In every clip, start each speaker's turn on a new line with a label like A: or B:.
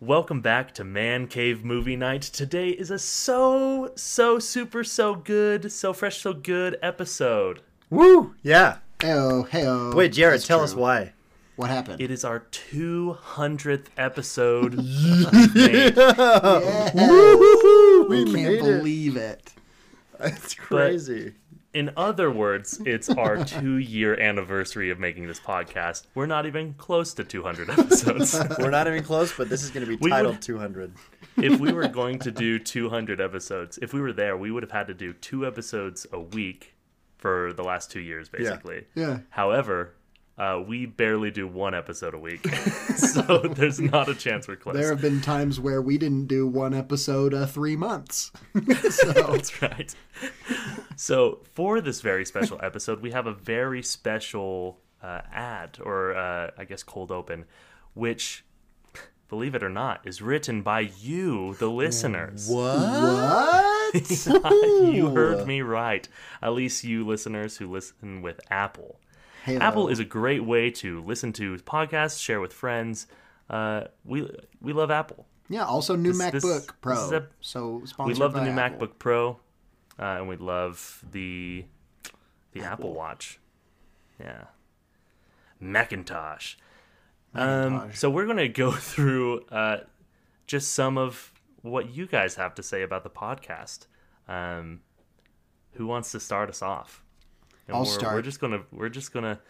A: Welcome back to Man Cave Movie Night. Today is a so, so super, so good, so fresh, so good episode.
B: Woo! Yeah.
C: Heyo, heyo.
B: Wait, Jared,
C: Oh, That's
B: tell
C: true.
B: us why.
C: What happened?
A: It is our 200th episode. of Made.
B: Woo-hoo-hoo!
C: I can't believe it.
B: It's crazy.
A: In other words, it's our two year anniversary of making this podcast. We're not even close to 200 episodes.
B: We're not even close, but this is going to be
A: We
B: titled
A: would-
B: 200.
A: if we were going to do 200 episodes, if we were there, we would have had to do two episodes a week for the last two years, basically.
C: Yeah.
A: However, uh, we barely do one episode a week, so there's not a chance we're close.
C: There have been times where we didn't do one episode uh, three months. so
A: That's right. So, for this very special episode, we have a very special uh, ad, or uh, I guess cold open, which, believe it or not, is written by you, the listeners.
B: What?
C: what?
A: you heard me right. At least you listeners who listen with Apple.
C: Halo.
A: Apple is a great way to listen to podcasts, share with friends. Uh, we we love Apple.
C: yeah. Also, new
A: This-
C: MacBook
A: this-
C: Pro.
A: this is a-
C: so
A: We
C: sponsored
A: love the
C: by
A: new
C: Apple.
A: MacBook Pro, uh, and we love the the Apple, Watch. Yeah, Macintosh. Um, so we're gonna go through uh, just some of what you guys have to say about the podcast. Um, who wants to start us off? And
C: I'll
A: we're, We're
C: start.
A: just gonna we're just gonna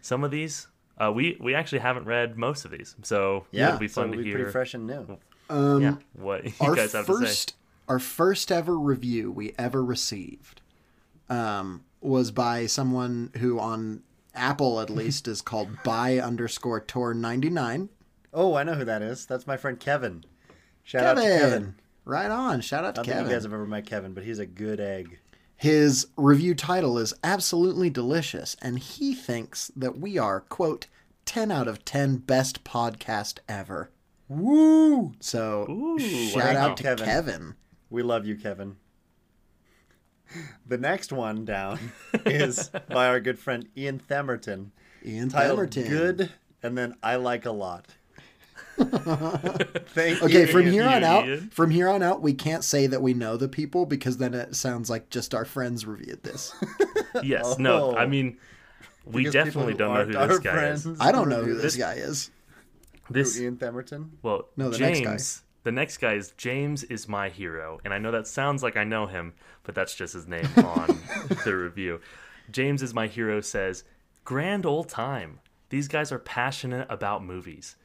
A: some of these. Uh, we we actually haven't read most of these, so
B: Yeah,
A: it'll be
B: so
A: fun
B: it'll
A: to
B: be
A: hear.
B: pretty fresh and new.
A: yeah, what you
C: Um, our
A: guys have to say.
C: first our first ever review we ever received um, was by someone who on Apple at least is called by underscore tor ninety nine.
B: Oh, I know who that is. That's my friend Kevin. Shout
C: Kevin.
B: out to Kevin.
C: Right on. Shout
B: I
C: out to
B: don't think you
C: Kevin.
B: guys have ever met Kevin, but he's a good egg.
C: His review title is Absolutely Delicious, and he thinks that we are, quote, 10 out of 10 best podcast ever.
B: Woo!
C: So
A: Ooh,
C: shout
A: thank
C: out
A: you,
C: to
B: Kevin.
C: Kevin.
B: We love you, Kevin. The next one down is by our good friend Ian Themerton.
C: Ian
B: titled
C: Themerton.
B: Good and then I Like a Lot. Thank
C: Okay,
B: you,
C: from
B: Ian.
C: here on
A: you,
C: out,
A: Ian.
C: from here on out, we can't say that we know the people because then it sounds like just our friends reviewed this.
A: Yes. No.
B: Oh.
A: I mean, we
B: Because
A: definitely
B: people
A: don't know
B: aren't
A: who
B: our
A: this guy is.
B: friends
C: I don't know who
B: review
C: this guy is.
A: This
B: Ian Themerton.
A: well,
C: No, the next
A: James.
C: guy.
A: The next guy is James is my hero, and I know that sounds like I know him, but that's just his name on the review. James is my hero says, "Grand old time. These guys are passionate about movies,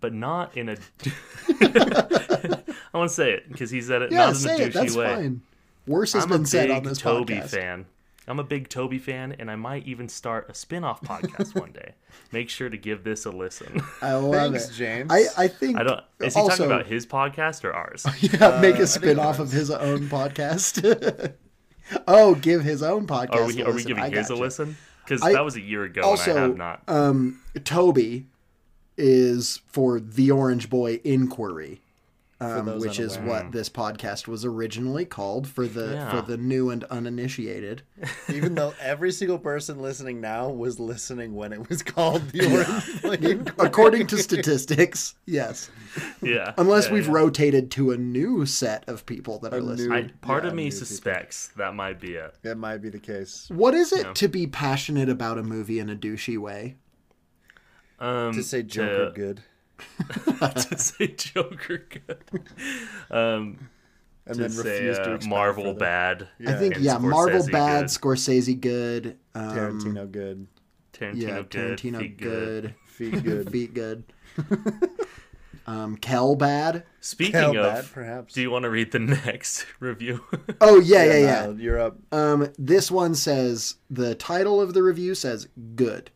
A: but not in a. I want to say it because he said it
C: Yeah,
A: not in
C: say
A: a douchey
C: it. That's
A: way.
C: fine. Worse has
A: I'm
C: been
A: a
C: said
A: big
C: on this
A: Toby
C: podcast.
A: fan. I'm a big Toby fan, and I might even start a spin-off podcast one day. Make sure to give this a listen.
C: I love
B: Thanks,
C: it,
B: James.
C: I, I think
A: I don't. Is he
C: also,
A: talking about his podcast or ours?
C: Yeah, make
B: Uh,
C: a spin off of his own podcast. oh, give his own podcast.
A: Are we,
C: a
A: are we
C: listen.
A: giving
C: I
A: his a
C: gotcha.
A: listen? Because
C: I-
A: that was a year ago, and I
C: Also,
A: have not.
C: um, Toby is for the Orange Boy Inquiry, um,
B: those
C: which is
B: unaware.
C: what this podcast was originally called for the
A: Yeah.
C: for the new and uninitiated.
B: Even though every single person listening now was listening when it was called the Orange Boy Inquiry.
C: According to statistics, yes.
A: yeah,
C: Unless
A: yeah,
C: we've
A: yeah.
C: rotated to a new set of people that are
B: new-
C: listening.
A: I, part
B: Yeah,
A: of me
B: new people.
A: suspects that might be it.
B: That might be the case.
C: What is it
A: Yeah.
C: to be passionate about a movie in a douchey way?
A: Um,
B: To say
A: to-
B: Joker good.
A: to say Joker good. Um,
B: And
A: to
B: then
A: say
B: refuse to
A: uh,
B: expand
A: Marvel
B: further.
A: bad.
C: I think
A: and
C: yeah, Marvel
A: Scorsese
C: bad,
A: good.
C: Scorsese good, um,
B: Tarantino good.
A: Tarantino
C: yeah,
A: good.
C: Tarantino
A: Feet
C: good,
B: Feet good.
C: feet good, um, Kel bad.
A: Speaking
B: Kel
A: of,
B: bad, perhaps.
A: do you want to read the next review?
C: Oh yeah, yeah, yeah.
B: Niall, you're up.
C: Um, this one says the title of the review says good,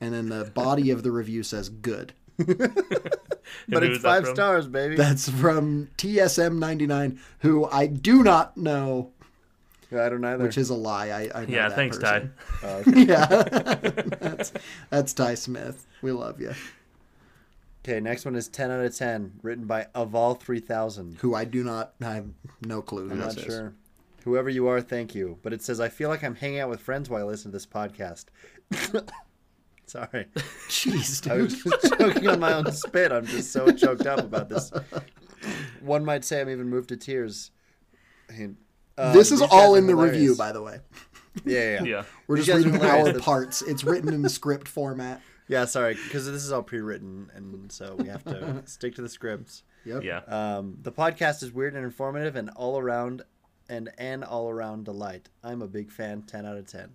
C: and then the body of the review says good.
B: But
A: who
B: it's
A: is that
B: five
A: from?
B: stars, baby.
C: That's from TSM ninety nine, who I do not know,
B: I don't either.
C: which is a lie. I, I know
A: yeah,
C: that
A: thanks,
C: person.
A: Ty.
B: Oh, okay.
C: Yeah, that's, that's Ty Smith. We love you.
B: okay, next one is 10 out of 10, written by Aval 3000.
C: Who I do not, I have no clue who
B: I'm
C: this
B: not
C: is.
B: sure. Whoever you are, thank you. But it says, I feel like I'm hanging out with friends while I listen to this podcast. Sorry.
C: Jeez,
B: I was
C: dude.
B: just choking on my own spit. I'm just so choked up about this. One might say I'm even moved to tears. Hint. Um,
C: this is
B: these guys
C: all
B: are
C: in the
B: hilarious.
C: review, by the way.
B: yeah, yeah, yeah.
A: Yeah.
C: We're
B: These
C: just
B: guys are
C: reading
B: hilarious.
C: our
B: The-
C: parts. It's written in the script format.
B: Yeah, sorry, because this is all pre-written, and so we have to stick to the scripts.
C: Yep.
A: Yeah.
B: Um, the podcast is weird and informative, and all around, and an all-around delight. I'm a big fan. Ten out of ten.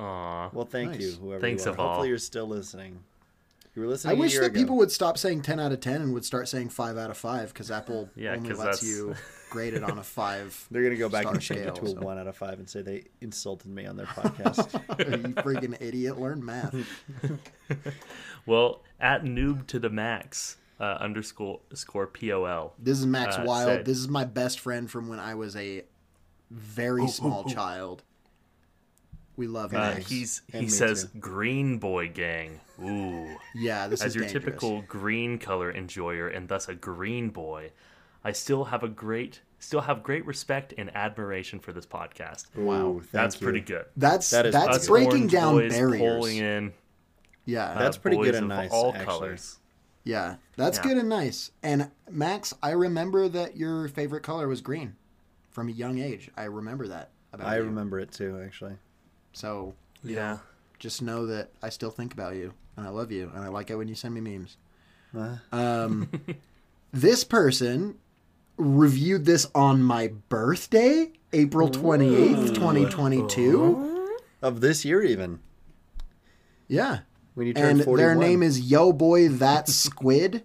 A: Aw.
B: Well, thank
C: Nice.
B: you, whoever.
A: Thanks
B: you are.
A: of all.
B: Hopefully, you're still listening. You were listening.
C: I wish
B: a year
C: that
B: ago.
C: people would stop saying 10 out of 10 and would start saying 5 out of 5 because Apple
A: Yeah,
C: only
A: 'cause
C: lets
A: that's-
C: you grade it on a 5.
B: They're gonna go back
C: star
B: and change it
C: scale,
B: to a
C: so.
B: one out of five and say they insulted me on their podcast.
C: you friggin' idiot. Learn math.
A: Well, at noob to the max uh, underscore score pol.
C: This is Max
A: Uh,
C: Wild.
A: said-
C: This is my best friend from when I was a very
B: Oh,
C: small child. We love him.
A: Uh,
C: Max.
A: he's
B: And
A: he
B: me
A: says
B: too.
A: green boy gang. Ooh.
C: yeah, this
A: As
C: is
A: your
C: dangerous.
A: typical green color enjoyer and thus a green boy, I still have a great still have great respect and admiration for this podcast.
C: Wow.
B: Ooh, thank
A: That's
B: you.
A: pretty good.
C: That's
B: That is
C: that's
B: us
C: breaking
A: orange
C: down
A: boys
C: barriers.
A: Pulling in,
C: Yeah,
A: uh,
B: That's pretty good
A: boys
B: and
A: of
B: nice,
A: All
B: actually.
A: colors.
C: yeah, that's
A: yeah.
C: good and nice. And Max, I remember that your favorite color was green from a young age. I remember that about
B: I
C: you.
B: remember it too, actually.
C: So
A: Yeah.
C: just know that I still think about you and I love you and I like it when you send me memes.
B: Uh,
C: Um, this person reviewed this on my birthday, April 28th, 2022.
B: of this year, even
C: Yeah.
B: when you turn
C: And
B: 41.
C: their name is Yo Boy That Squid.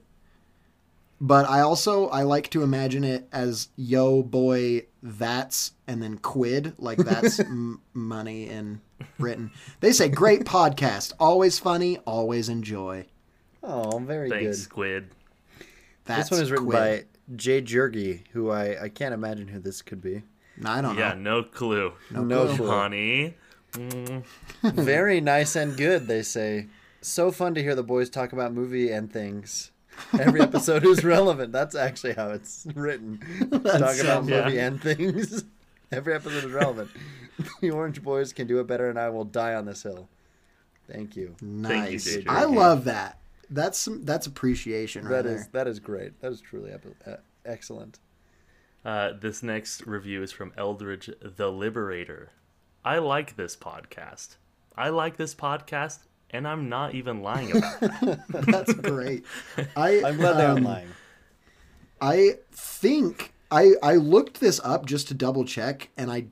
C: but I also I like to imagine it as Yo Boy That's and then Quid, like that's m- money in Britain. They say great podcast, always funny, always enjoy.
B: Oh, very
A: Thanks,
B: good.
A: Squid.
C: That's
B: this one is written
C: Quid.
B: by Jay Jurgi, who I, I can't imagine who this could be.
C: No, I don't
A: Yeah,
C: know.
A: no clue.
B: No,
C: Uh-huh. clue.
B: clue.
A: Honey.
B: Very nice and good, they say. So fun to hear the boys talk about movie and things. Every episode is relevant. That's actually how it's written. talk about
C: sounds-
B: movie
A: Yeah.
B: and things. Every episode is relevant. the Orange Boys can do it better, and I will die on this hill. Thank you.
A: Thank you,
C: Nice.
A: JJ.
C: I love that. That's some, that's appreciation right
B: That is
C: there.
B: that is great. That is truly epi- uh, excellent.
A: Uh, this next review is from Eldridge the Liberator. I like this podcast. I like this podcast, and I'm not even lying about it.
C: That's great. I
B: I'm glad they're
C: um,
B: not lying.
C: I think I I looked this up just to double check and I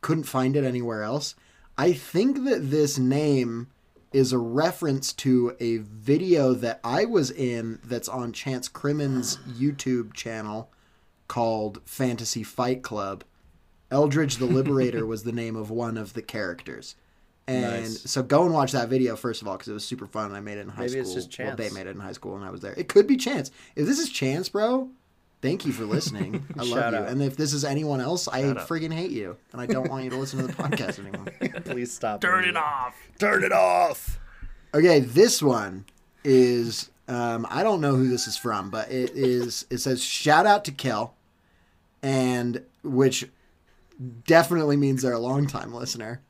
C: couldn't find it anywhere else. I think that this name is a reference to a video that I was in that's on Chance Crimmon's YouTube channel called Fantasy Fight Club. Eldridge the Liberator was the name of one of the characters. And
B: Nice.
C: so go and watch that video first of all because it was super fun and I made it in high
B: Maybe
C: school.
B: it's just
C: Well, they
B: Chance.
C: made it in high school and I was there. It could be Chance. If this is Chance, bro, thank you for listening. I love
B: Shout
C: you.
B: out.
C: And if this is anyone else, I
A: out.
C: friggin' hate you. And I don't want you to listen to the podcast anymore.
B: Please stop.
A: Turn it off.
B: Turn it off.
C: Okay, this one is um, I don't know who this is from, but it is it says shout out to Kel and which definitely means they're a long time listener.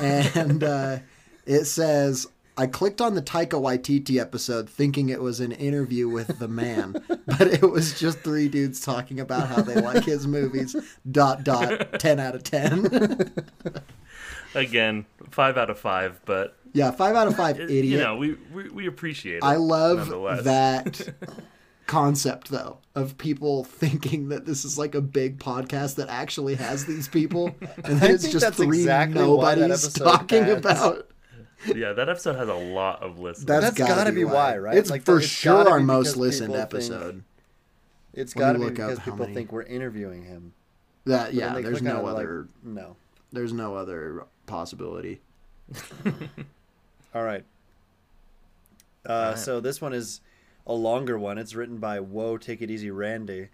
C: And uh, it says I clicked on the Taika Waititi episode thinking it was an interview with the man, but it was just three dudes talking about how they like his movies. Dot dot ten out of ten.
A: Again, five out of five, but
C: yeah, five out of five.
A: it-
C: Idiot.
A: you know, we, we we appreciate it.
C: I love
A: nonetheless.
C: that concept though of people thinking that this is like a big podcast that actually has these people and then
B: I
C: it's
B: think
C: just
B: that's
C: three
B: exactly why that
C: nobodies
B: episode
C: talking
B: has-
C: about
A: Yeah, that episode has a lot of listeners.
C: that's
B: That's gotta be why, right?
C: it's
B: Like,
C: for
B: it's
C: sure
B: gotta
C: our
B: be
C: most
B: because
C: listened
B: people think-
C: episode
B: It's
C: Let
B: got
C: me
B: to be
C: look up
B: because
C: how
B: people
C: many-
B: think we're interviewing him.
C: that
B: But when
C: yeah
B: they
C: there's
B: click on
C: no
B: it, like,
C: other
B: no.
C: there's no other possibility
B: All right. Uh, So this one is a longer one. It's written by Whoa, Take It Easy Randy.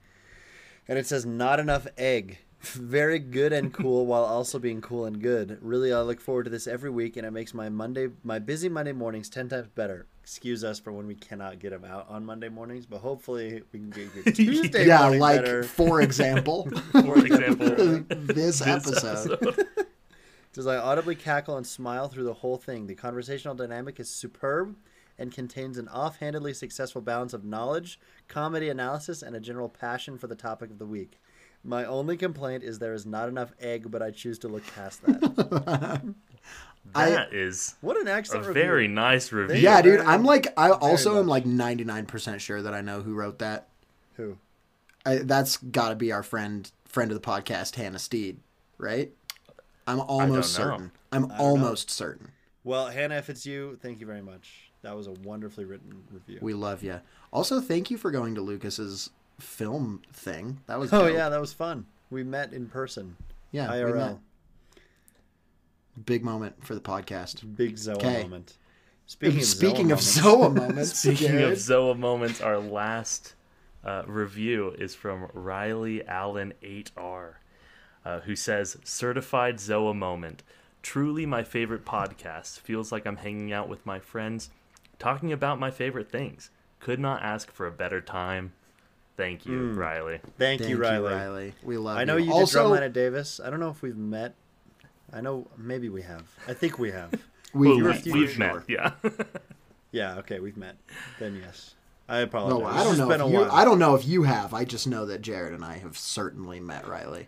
B: And it says, Not enough egg. Very good and cool while also being cool and good. Really, I look forward to this every week, and it makes my Monday, my busy Monday mornings 10 times better. Excuse us for when we cannot get them out on Monday mornings, but hopefully we can get your Tuesday
C: yeah
B: morning
C: like
B: better.
C: for example
A: For example,
C: this, episode,
A: episode.
B: Says I audibly cackle and smile through the whole thing. The conversational dynamic is superb and contains an offhandedly successful balance of knowledge, comedy analysis, and a general passion for the topic of the week. My only complaint is there is not enough egg, but I choose to look past that.
C: I-
A: That is
B: what an excellent
A: a
B: review.
A: very nice review.
C: Yeah, dude.
B: very-
C: I'm like, I also am
B: much.
C: like 99% sure that I know who wrote that.
B: Who?
C: I, that's got to be our friend, friend of the podcast, Hannah Steed, right? I'm almost
A: know.
C: certain. I'm almost certain.
B: Well, Hannah, if it's you, thank you very much. That was a wonderfully written review.
C: We love you. Also, thank you for going to Lucas's film thing. That was
B: oh
C: dope.
B: yeah, that was fun. We met in person.
C: yeah, we
B: IRL.
C: met. Big moment for the podcast.
B: Big Zoa
C: 'Kay.
B: moment. Speaking of
C: Speaking
B: Zoa
C: of
B: moments-
C: Zoa moments,
A: Speaking of
C: Jared,
A: Zoa moments, our last uh, review is from Riley Allen 8R, uh, who says, Certified Zoa moment. Truly my favorite podcast. Feels like I'm hanging out with my friends, talking about my favorite things. Could not ask for a better time. Thank you,
C: Hmm.
A: Riley.
B: thank,
C: thank
B: you, Riley.
C: We love.
B: I know you
C: also,
B: did Drumline at Davis. I don't know if we've met. I know maybe we have. I think we have.
C: we,
A: Well,
B: were-
A: we, we've met, yeah.
B: yeah. Okay, we've met. Then yes. I apologize.
C: No, Oh, I
B: It's
C: don't
B: just
C: know.
B: Been a
C: If you,
B: while.
C: I don't know if you have. I just know that Jared and I have certainly met Riley,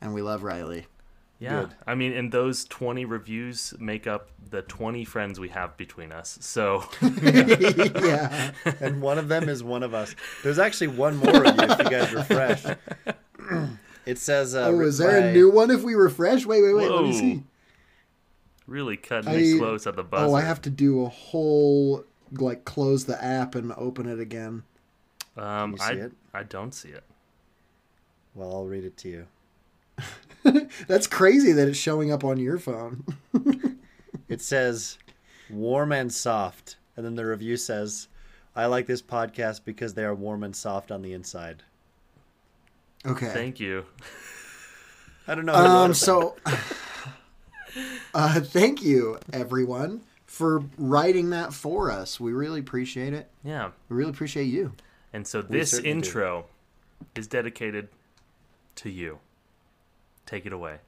C: and we love Riley.
A: Yeah,
B: Good.
A: I mean, and those twenty reviews make up the twenty friends we have between us. So
C: yeah,
B: And one of them is one of us. There's actually one more of you if you guys refresh. It says. Uh,
C: Oh, was there
B: by-
C: a new one if we refresh? Wait, wait, wait. Let
A: Whoa.
C: me see.
A: really cutting me
C: I-
A: close at the buzzer.
C: Oh, I have to do a whole like close the app and open it again.
A: Um,
B: you see
A: I
B: it?
A: I don't see it.
B: Well, I'll read it to you.
C: That's crazy that it's showing up on your phone.
B: It says warm and soft. And then the review says, I like this podcast because they are warm and soft on the inside.
C: okay.
A: Thank you.
B: I don't know. who wrote
C: um.
B: that.
C: So, uh, thank you everyone for writing that for us. We really appreciate it.
A: Yeah,
C: We really appreciate you.
A: and so this
B: certainly do.
A: intro is dedicated to you. Take it away.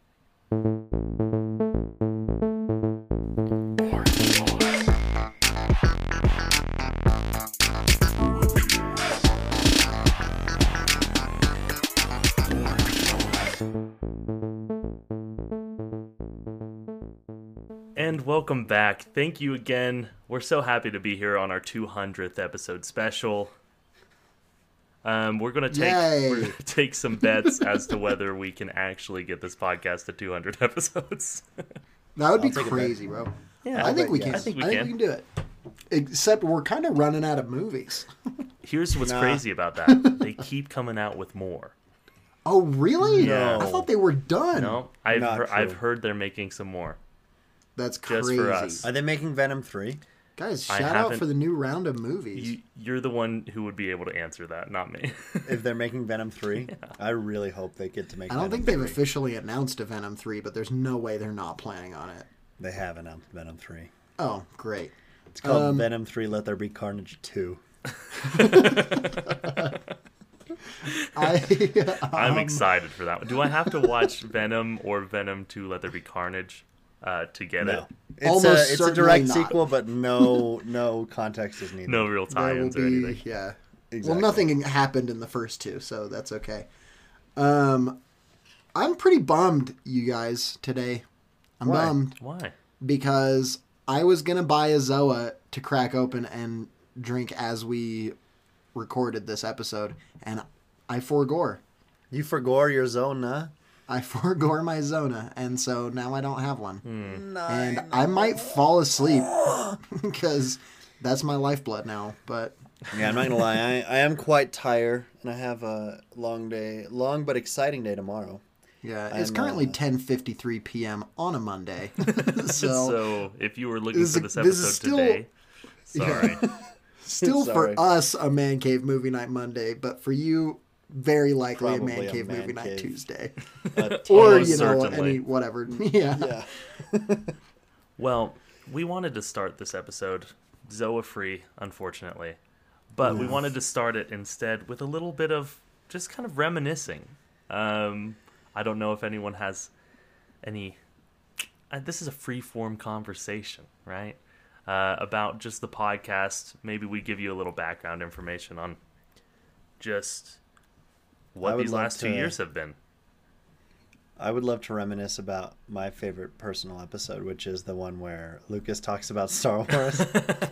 A: And welcome back. Thank you again. We're so happy to be here on our 200th episode special. Um, we're gonna take
C: Yay.
A: we're gonna take some bets as to whether we can actually get this podcast to 200 episodes.
C: That would be
B: take a bet.
C: crazy, bro.
A: yeah,
C: I think we
B: yes.
C: can.
B: I
C: I
A: think
C: think
A: we
C: we,
A: can.
C: can. do it. Except we're kind of running out of movies.
A: Here's what's
B: Nah.
A: crazy about that: they keep coming out with more.
C: Oh, really?
A: No.
C: I thought they were done.
A: No, I've
B: Not
A: hear-
B: true.
A: I've heard they're making some more.
C: That's
A: for
C: crazy.
A: us.
B: Are they making Venom 3?
C: Guys,
A: I
C: shout out
A: haven't-
C: for the new round of movies.
A: You, you're the one who would be able to answer that, not me.
B: If they're making Venom 3, I really hope they get to make
C: I don't
B: Venom
C: think
B: 3.
C: they've officially announced a Venom 3, but there's no way they're not planning on it.
B: They have announced Venom 3.
C: Oh, great.
B: It's
C: Um,
B: called Venom 3 Let There Be Carnage 2.
C: I
A: I'm excited for that. one. Do I have to watch Venom or Venom 2 Let There Be Carnage uh, to get
B: No.
A: it?
B: It's, a,
C: Almost
B: it's a
C: certainly
B: direct
C: not.
B: sequel, but no no context is needed.
A: No real
C: there will
A: tie-ins or anything.
C: be yeah.
B: Exactly.
C: Well, nothing happened in the first two, so that's okay. Um I'm pretty bummed you guys today. I'm
B: Why?
C: bummed
A: Why?
C: because I was gonna buy a Zoa to crack open and drink as we recorded this episode, and I foregore.
B: You forgore your Zona.
C: I foregore my Zona, and so now I don't have one.
B: Hmm.
C: And I might fall asleep because that's my lifeblood now. But
B: Yeah, I'm not gonna lie. I, I am quite tired, and I have a long day, long but exciting day tomorrow.
C: yeah, it's
B: I'm,
C: currently
B: uh,
C: 10:53 p.m. on a Monday,
A: So,
C: so
A: if you were looking
C: this
A: for
C: is-
A: this
C: this is
A: episode
C: still-
A: today, sorry.
C: still
B: Sorry.
C: for us a man cave movie night Monday, but for you very likely
B: Probably
C: a man
B: a
C: cave
B: man
C: movie night
B: cave.
C: Tuesday.
B: But-
C: or
A: Almost
C: you know
A: certainly.
C: any whatever yeah.
B: yeah,
A: Well, we wanted to start this episode Zoa free, unfortunately, but we wanted to start it instead with a little bit of just kind of reminiscing. Um, I don't know if anyone has any uh, this is a free form conversation, right? Uh, about just the podcast. Maybe we give you a little background information on just
B: I
A: what
B: would
A: these
B: love
A: last two
B: to-
A: years have been.
B: I would love to reminisce about my favorite personal episode, which is the one where Lucas talks about Star Wars,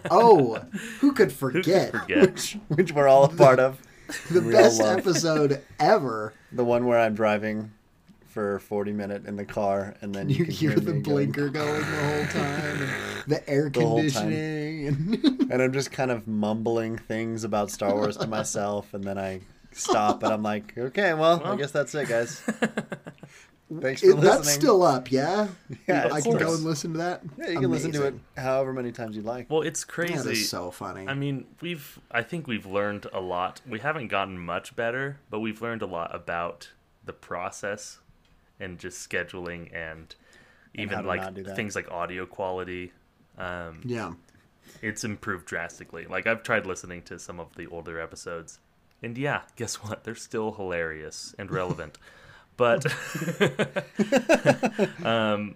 C: Oh, who
A: Who could
C: could forget?
A: forget?
B: which we're all a part of.
C: The
B: We all
C: best
B: love.
C: episode ever.
B: The one where I'm driving for 40 minutes in the car, and then you,
C: You
B: can
C: hear the
B: me going,
C: blinker going the whole time, and the air
B: whole time.
C: conditioning, and
B: and I'm just kind of mumbling things about Star Wars to myself, and then I stop, and I'm like, okay, well, I
A: Well.
B: guess that's it, guys. Thanks for
C: it,
B: listening.
C: that's still up, yeah.
B: Yeah,
C: I
B: it's
C: can go
B: still-
C: and listen to that.
B: yeah, you can listen to it however many times you like.
A: Well, it's crazy.
C: That is so funny.
A: I mean, we've I think we've learned a lot. We haven't gotten much better, but we've learned a lot about the process and just scheduling and even
B: how to not do
A: like
B: that.
A: things like audio quality. Um,
C: yeah,
A: It's improved drastically. Like I've tried listening to some of the older episodes, and yeah, guess what? They're still hilarious and relevant. but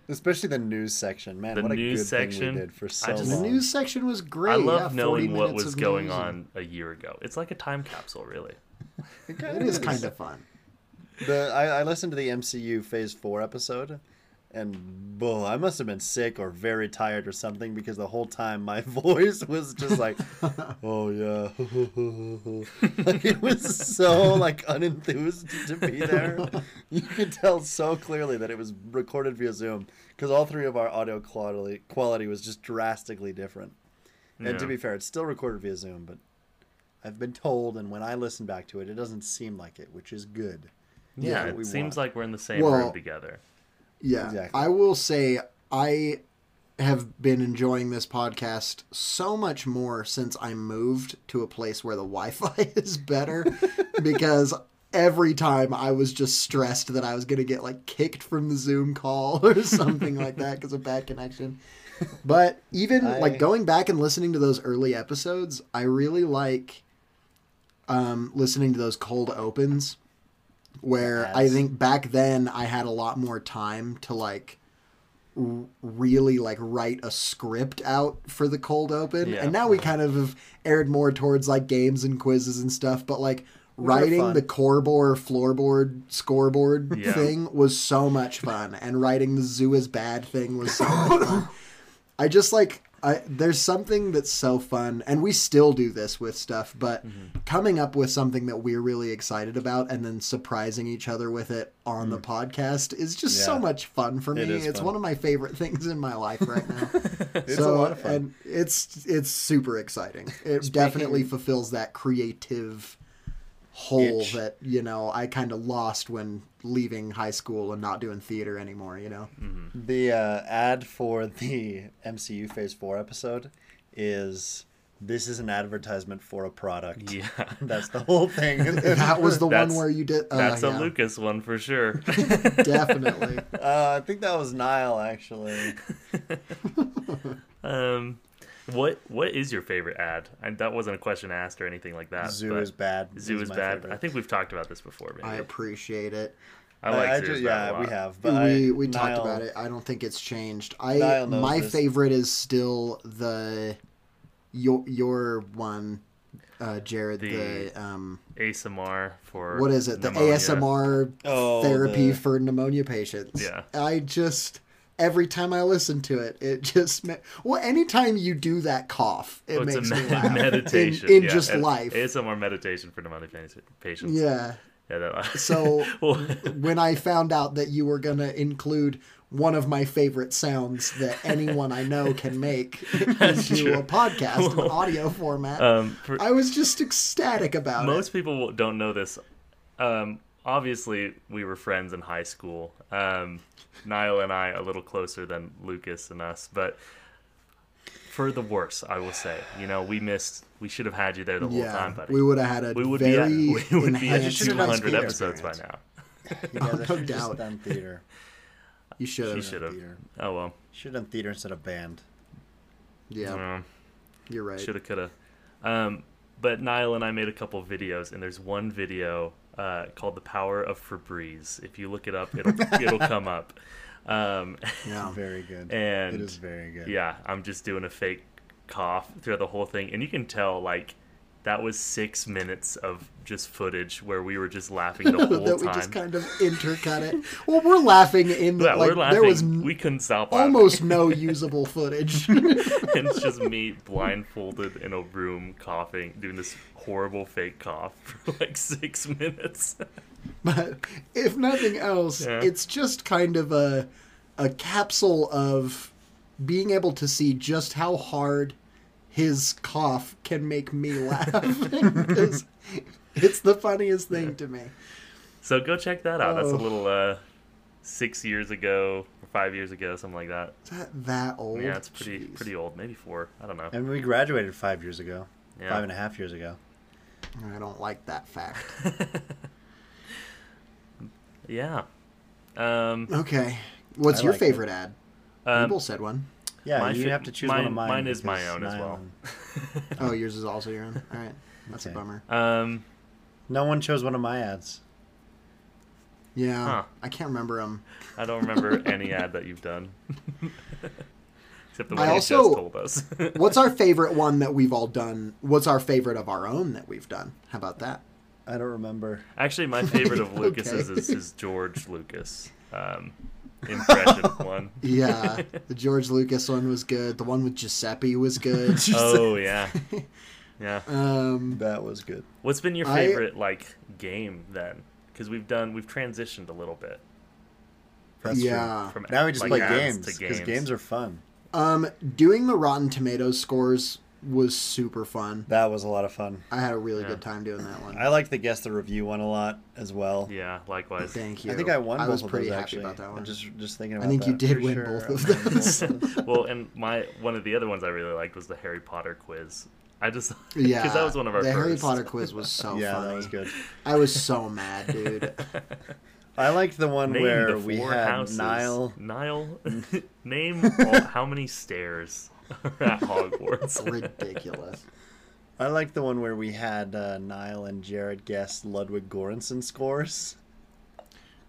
B: Especially the news section, man.
A: The
B: what a
A: news
B: good thing
A: section,
B: we did for
A: I
B: so
A: just-
C: the
B: long.
C: news section was great.
A: I
C: yeah,
A: love
C: 40
A: knowing what
C: minutes
A: was
C: of
A: going
C: news and-
A: on a year ago. It's like a time capsule, really.
C: It is kind of fun.
B: The I, I listened to the MCU Phase Four episode, and boy, I must have been sick or very tired or something because the whole time my voice was just like, "Oh yeah," like it was so like unenthused to be there. You could tell so clearly that it was recorded via Zoom because all three of our audio quality quality was just drastically different. And to
A: Yeah.
B: be fair, it's still recorded via Zoom, but I've been told, and when I listen back to it, it doesn't seem like it, which is good.
A: Yeah,
B: what we
A: it seems
B: want.
A: like we're in the same
C: Well,
A: room together.
C: Yeah.
B: Exactly.
C: I will say I have been enjoying this podcast so much more since I moved to a place where the Wi-Fi is better because every time I was just stressed that I was going to get like kicked from the Zoom call or something like that cuz of bad connection. But even
B: I-
C: like going back and listening to those early episodes, I really like um listening to those cold opens where I
B: Yes.
C: think back then I had a lot more time to like r- really like write a script out for the cold open
A: Yeah.
C: and now we kind of have aired more towards like games and quizzes and stuff but like
B: are
C: writing
B: fun.
C: the core board floorboard scoreboard
A: Yeah.
C: thing was so much fun and writing the zoo is bad thing was so much fun I just like I there's something that's so fun and we still do this with stuff but
B: Mm-hmm.
C: coming up with something that we're really excited about and then surprising each other with it on the podcast is just so
B: Mm. Yeah.
C: much fun for me.
B: It is
C: it's
B: fun.
C: one of my favorite things in my life right now.
B: It's a
C: so
B: lot of fun.
C: and it's it's super exciting. It definitely fulfills that creative hole
B: Itch.
C: that you know I kind of lost when leaving high school and not doing theater anymore, you know.
B: The uh, ad for the MCU Phase 4 episode is this is an advertisement for a product.
A: Yeah.
B: That's the whole thing.
C: That was the one
A: That's-
C: where you did uh,
A: That's
C: yeah.
A: a Lucas one for sure.
C: Definitely.
B: uh, I think that was Nile, actually.
A: um, what what is your favorite ad? And that wasn't a question asked or anything like that.
B: Zoo
A: but
B: is bad.
A: Zoo is,
B: my
A: bad.
B: favorite.
A: I think we've talked about this before.
C: I
A: Maybe
C: appreciate it.
A: I, like
B: I
A: Zoo
B: ju-
A: is bad a
B: yeah,
A: lot.
B: we have. But
C: we
B: I-
C: we talked
B: Nile-
C: about it. I don't think it's changed. I
B: Niall knows
C: my
B: this.
C: favorite is still the your your one, uh, Jared. The,
A: The-
C: um,
A: ASMR for
C: what is it? The
A: pneumonia.
C: ASMR
B: Oh,
C: therapy
B: the-
C: for pneumonia patients.
A: Yeah.
C: I just every time I listen to it, it just ma- well, anytime you do that cough, it
A: Oh, it's a
C: makes me
A: med-
C: laugh.
A: meditation
C: in, in
A: yeah,
C: just
A: and
C: life.
A: ASMR meditation for pneumonia pa- patients.
C: yeah.
A: yeah that,
C: So
A: well,
C: when I found out that you were going to include one of my favorite sounds that anyone I know can make into
A: true.
C: a podcast in
A: Well,
C: audio format,
A: um, for,
C: I was just ecstatic about
A: most people don't know this. Um, obviously, we were friends in high school. Um, Niall and I a little closer than Lucas and us, but for the worse, I will say. You know, we missed. We should have had you there the
C: it.
A: whole
C: yeah,
A: time, buddy.
C: we would have had a
A: We would be at,
C: very
A: we would be at
C: enhanced.
B: should have done
A: 200
B: theater
A: episodes by
B: experience.
A: now.
B: You guys,
C: no
B: I should have
C: doubt.
B: just done theater.
C: you should
A: She
C: have.
A: should have.
B: theater.
A: Oh well.
B: Should have done theater instead of band.
C: Yeah, you're right.
A: Mm, Shoulda, coulda. Um, but Niall and I made a couple videos, and there's one video uh, called "The Power of Febreze." If you look it up, it'll it'll come up. Um,
C: Yeah.
B: Very good.
A: And-
B: it is very good.
A: yeah, I'm just doing a fake cough throughout the whole thing, and you can tell like that was six minutes of just footage where we were just laughing the whole
C: that we
A: time.
C: just kind of intercut it. Well, we're laughing in the,
A: yeah,
C: like
A: we're laughing.
C: there was n-
A: we couldn't stop laughing.
C: almost no usable footage.
A: and it's just me blindfolded in a room coughing, doing this horrible fake cough for like six minutes.
C: but if nothing else,
A: Yeah.
C: it's just kind of a a capsule of being able to see just how hard his cough can make me laugh. it's, it's the funniest thing to me.
A: so go check that out. That's a
C: Oh.
A: little uh, six years ago or five years ago, something like that.
C: Is that that old?
A: Yeah, it's pretty
C: Oh, Jeez.
A: pretty old. Maybe four. I don't know.
B: And we graduated five years ago,
A: Yeah.
B: five and a half years ago.
C: I don't like that fact.
A: Yeah. Um,
C: Okay, what's
B: I
C: your
B: like it.
C: favorite ad?
A: um,
C: People said one.
B: Yeah,
A: My
B: you
A: fa-
B: have to choose
A: mine-
B: one of mine.
A: mine is my
B: because
A: own as
B: my
A: well.
B: own-
C: Oh, yours is also your own. All right, that's
B: Okay.
C: a bummer.
A: um,
B: No one chose one of my ads.
C: Yeah,
A: Huh.
C: I can't remember them.
A: I don't remember any ad that you've done. Except the one
C: I
A: you
C: also-
A: just told us.
C: What's our favorite one that we've all done? What's our favorite of our own that we've done? How about that?
B: I don't remember.
A: Actually, my favorite of
C: Okay.
A: Lucas's is, is George Lucas. Um, impression one.
C: Yeah, the George Lucas one was good. The one with Giuseppe was good.
A: Oh yeah, yeah.
C: Um,
B: That was good.
A: What's been your
C: I-
A: favorite like game then? Because we've done we've transitioned a little bit
B: That's
C: yeah.
A: from
B: True. Now we just
A: like,
B: play
A: ads
B: games
A: to
B: because games. are fun.
C: Um, doing the Rotten Tomatoes scores was super fun.
B: That was a lot of fun.
C: I had a really
A: Yeah.
C: good time doing that one.
B: I like the guess the review one a lot as well.
A: yeah. Likewise.
C: Thank you.
B: I think I won.
C: I
B: both
C: was
B: of
C: pretty
B: those,
C: happy
B: actually.
C: about that
B: I'm
C: one.
B: Just just thinking
C: I
B: about
C: think
B: that.
C: you
B: I'm
C: did
B: pretty
C: win
B: sure
C: both
B: I
C: of
B: won
C: those.
A: well, and my one of the other ones I really liked was the Harry Potter quiz. I just
C: yeah,
A: because that was one of our
C: the Harry
A: first.
C: Potter quiz was so
B: yeah,
C: funny.
B: that was good.
C: I was so mad, dude.
B: I liked the one
A: Name
B: where
A: the
B: we
A: four
B: had
A: houses.
B: Nile. Mm.
A: Nile. Name all, how many stairs are at Hogwarts.
C: Ridiculous.
B: I liked the one where we had uh, Nile and Jared guess Ludwig Göransson scores.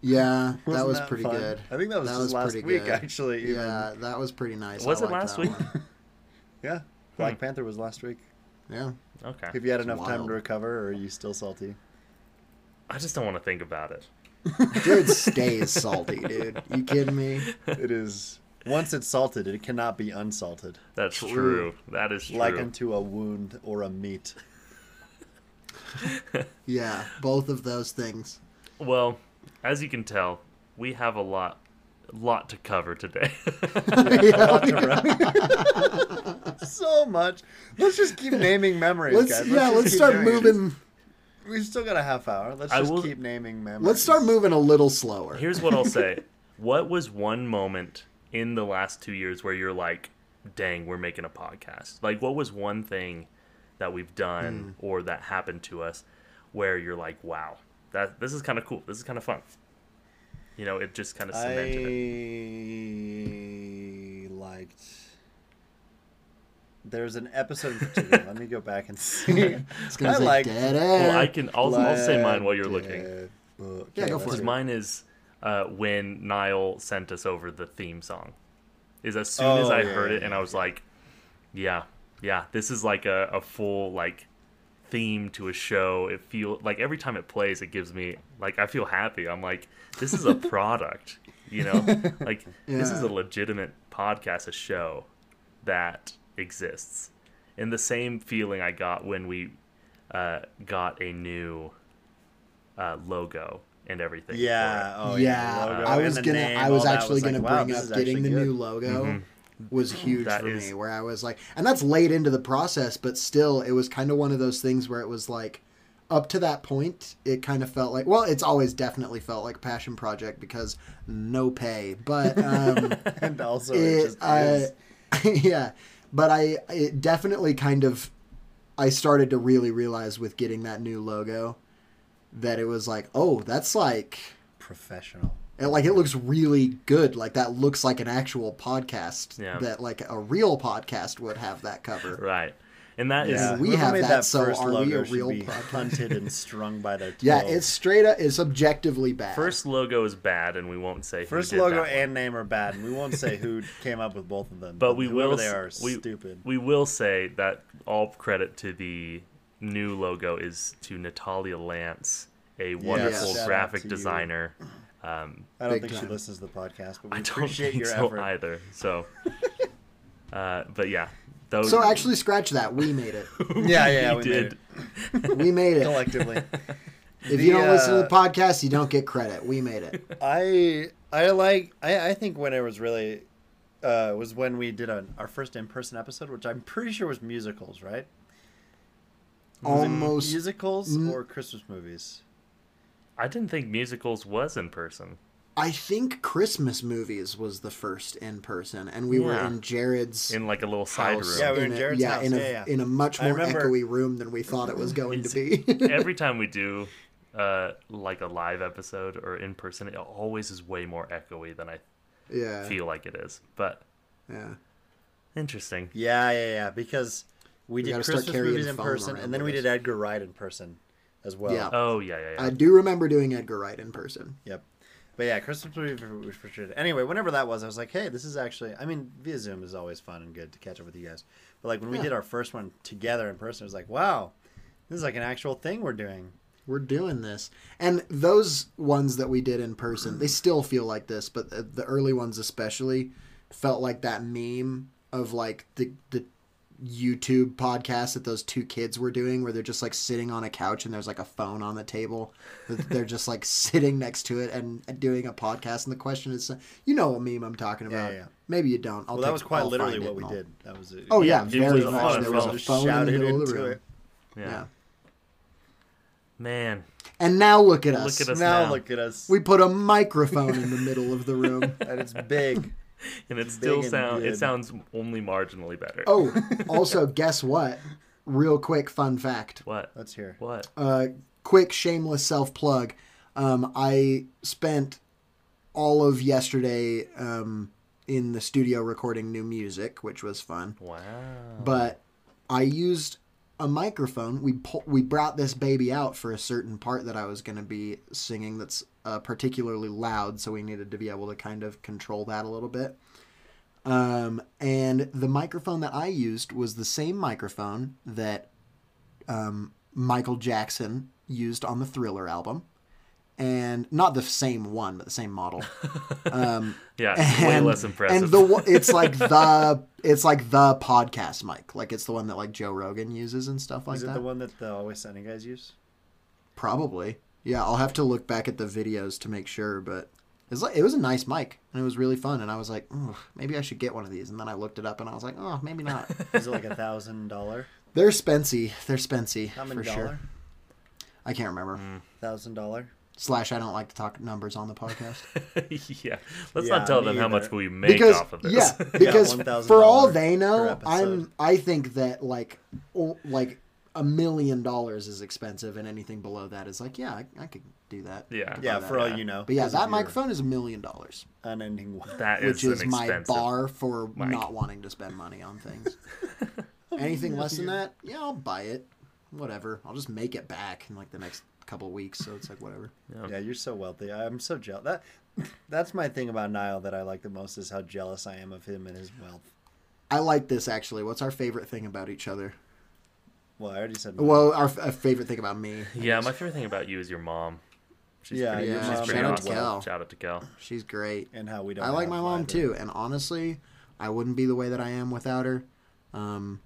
C: Yeah, that
B: Wasn't
C: was pretty
B: fun?
C: good.
B: I think that was
C: That
B: just
C: was
B: last
C: pretty
B: week,
C: good.
B: actually. even.
C: Yeah, that was pretty nice.
A: Was
C: I
A: it
C: liked
A: last
C: that
A: week?
C: one.
B: Yeah.
C: Hmm.
B: Black Panther was last week.
C: Yeah.
A: Okay.
B: If you had
C: It's
B: enough time
C: wild.
B: to recover, or are you still salty?
A: I just don't want to think about it.
C: Jared stays salty, dude. You kidding me?
B: It is. Once it's salted, it cannot be unsalted.
A: That's true.
C: True.
A: That is true.
B: Like unto a wound or a meat.
C: Yeah, both of those things.
A: well, as you can tell, we have a lot lot to cover today.
B: Not to run- so much. Let's just keep naming memories,
C: Let's
B: guys.
C: yeah,
B: just
C: let's
B: keep
C: start
B: doing it.
C: moving.
B: We've still got a half hour. Let's
A: I
B: just
A: will-
B: keep naming memories.
C: Let's start moving a little slower.
A: Here's what I'll say. What was one moment in the last 2 years where you're like, "Dang, we're making a podcast." Like what was one thing that we've done or that happened to us where you're like, "Wow, that this is kind of cool. This is kind of fun." You know, it just kind of cemented it.
B: I liked. There's an episode in particular. Let me go back and see.
C: It's gonna
B: I
C: say
B: liked-
C: dead
A: Well, I
C: air.
A: can I'll, I'll say mine while you're looking.
C: Yeah, go for
A: Because
C: it.
A: mine is uh, when Niall sent us over the theme song. Is as soon as
B: Oh,
A: I
B: yeah,
A: heard
B: yeah,
A: it and I was like, yeah, yeah, this is like a, a full like theme to a show. It feel like every time it plays, it gives me like I feel happy. I'm like, this is a product, you know, like this is
C: Yeah.
A: a legitimate podcast, a show that exists. And the same feeling I got when we uh, got a new uh, logo and everything. for
B: Yeah.
A: it.
B: Oh,
C: yeah,
B: yeah. the logo
C: I
B: and
C: was
B: the
C: gonna.
B: name,
C: I
B: all
C: was
B: that
C: actually
B: like,
C: gonna
B: wow,
C: bring
B: this
C: up
B: is
C: getting
B: actually
C: the
B: good. Mm-hmm.
C: new logo. Was huge
A: That
C: for
A: is-
C: me, where I was like, and that's late into the process, but still, it was kind of one of those things where it was like, up to that point, it kind of felt like, well, it's always definitely felt like a passion project because no pay, but um,
B: and also it
C: it,
B: just
C: uh,
B: is.
C: yeah, but I it definitely kind of I started to really realize with getting that new logo that it was like, oh, that's like
B: professional.
C: it, like it looks really good. Like that looks like an actual podcast
A: Yeah.
C: that like a real podcast would have that cover.
A: Right. and that is
C: Yeah. we have that, so are we a
B: logo should
C: real
B: be
C: podcast?
B: hunted and strung by their
C: Yeah,
B: tail.
C: it's straight up. It's objectively bad.
A: first logo is bad, and we won't say who
B: first
A: did
B: logo
A: that one.
B: and name are bad, and we won't say who came up with both of them.
A: But we
B: whoever
A: will.
B: They
A: s-
B: are
A: we,
B: stupid.
A: We will say that all credit to the new logo is to Natalia Lance, a wonderful
C: shout
B: out
A: graphic
B: to you.
A: designer. Um,
B: I don't
C: Big
B: think she
C: time.
B: listens to the podcast, but we
A: I don't
B: appreciate
A: think
B: your
A: so
B: effort.
A: either. So, uh, but yeah, those
C: So actually, scratch that. We made it.
B: Yeah, yeah,
A: we
B: we
A: did.
B: Made
C: We made
B: it
C: it.
B: collectively.
C: If you don't
B: The,
C: listen to the
B: uh,
C: podcast, you don't get credit. We made it.
B: I I like I, I think when it was really uh, was when we did an, our first in person episode, which I'm pretty sure was musicals, right?
C: Almost.
B: musicals
C: Mm.
B: or Christmas movies.
A: I didn't think musicals was in person.
C: I think Christmas movies was the first in person, and we were
A: Yeah.
C: in Jared's
A: In like a little side
C: house.
B: Yeah,
A: room.
B: we were in
C: a-
B: Jared's
C: yeah,
B: house.
C: In a,
B: Yeah, yeah.
C: in a much
B: I
C: more
B: remember-
C: echoey room than we thought it was going to be.
A: Every time we do uh, like a live episode or in person, it always is way more echoey than I
C: yeah.
A: feel like it is. But
C: Yeah.
A: interesting.
B: Yeah, yeah, yeah. Because we, did
C: gotta start
B: Christmas
C: carrying
B: movies
C: the
B: in
C: phone
B: person,
C: around
B: and then we
C: with us.
B: did Edgar Wright in person as well.
C: Yeah.
A: Oh yeah, yeah, yeah.
C: I do remember doing Edgar Wright in person.
B: Yep. But yeah, Christmas movie for- was for sure. Anyway, whenever that was, I was like, hey, this is actually. I mean, via Zoom is always fun and good to catch up with you guys. But like when we
C: Yeah.
B: did our first one together in person, it was like, wow, this is like an actual thing we're doing.
C: We're doing this. And those ones that we did in person, they still feel like this, but the, the early ones especially felt like that meme of like the the YouTube podcast that those two kids were doing where they're just like sitting on a couch and there's like a phone on the table. that they're just like sitting next to it and doing a podcast and the question is you know what meme I'm talking
B: Yeah,
C: about.
B: yeah.
C: Maybe you don't. I'll
B: Well, that
C: take-
B: was quite
C: I'll
B: literally
C: find it
B: what we
C: and I'll-
B: did. That was it.
C: Oh yeah,
A: it
C: very
A: was a
C: much.
A: phone,
C: there was
A: phone.
C: a phone in the
B: Shouted
C: middle of the
B: into
C: room.
B: it.
A: yeah.
C: Yeah.
A: Man,
C: And now look at us.
A: look at us
B: Now
A: now,
B: look at us.
C: We put a microphone in the middle of the room.
B: and it's big.
A: and it still
B: and
A: sounds it
B: good.
A: sounds only marginally better.
C: Oh, also, guess what? Real quick, fun fact.
A: what?
B: Let's hear.
A: What?
C: Uh, quick, shameless self plug. Um, I spent all of yesterday um, in the studio recording new music, which was fun.
A: Wow.
C: But I used a microphone. We pull, we brought this baby out for a certain part that I was going to be singing that's uh, particularly loud, so we needed to be able to kind of control that a little bit. Um, and the microphone that I used was the same microphone that um, Michael Jackson used on the Thriller album, and not the same one, but the same model. Um,
A: yeah, it's way less impressive.
C: and the one- it's like the it's like the podcast mic, like it's the one that like Joe Rogan uses and stuff like
B: Is it
C: that.
B: the one that the Always Sunny guys use?
C: Probably, yeah. I'll have to look back at the videos to make sure, but it's like it was a nice mic and it was really fun. And I was like, "Ugh, maybe I should get one of these. And then I looked it up and I was like, oh, maybe not.
B: Is it like a thousand dollar?
C: They're spency. They're spency
B: How
C: for
B: many
C: sure.
B: dollar? Mm.
C: I can't remember.
B: Thousand dollar.
C: Slash, I don't like to talk numbers on the podcast.
A: yeah, let's
B: Yeah,
A: not tell
B: me
A: them how
B: either.
A: much we make
C: because
A: off of this.
C: yeah, because
B: $1,000
C: for all they
B: per
C: know,
B: episode.
C: I'm I think that like o- like a million dollars is expensive, and anything below that is like yeah, I, I could do that. I
A: Yeah.
C: could buy
B: Yeah,
C: that.
B: for all
A: yeah.
B: you know.
C: But yeah,
B: 'cause of
C: that
B: your
C: microphone is a million dollars,
B: Unending. wa-
A: that is
C: which is
A: an
C: my
A: expensive.
C: bar for
A: mic.
C: not wanting to spend money on things. anything less than that, yeah, I'll buy it. Whatever, I'll just make it back in like the next couple weeks. So it's like whatever.
A: Oh.
B: Yeah, you're so wealthy. I'm so jealous. That, that's my thing about Niall that I like the most is how jealous I am of him and his wealth.
C: I like this actually. What's our favorite thing about each other?
B: Well, I already said. mine.
C: Well, our, f- our favorite thing about me.
A: Yeah, my favorite thing about you is your mom. She's
B: Yeah,
A: pretty,
B: your
A: she's
B: mom.
A: pretty
B: Shout out to
A: awesome.
C: Kel.
A: Shout out to Kel.
C: She's great.
B: and how we don't.
C: I like
B: have
C: my mom
B: either.
C: too, and honestly, I wouldn't be the way that I am without her. Um,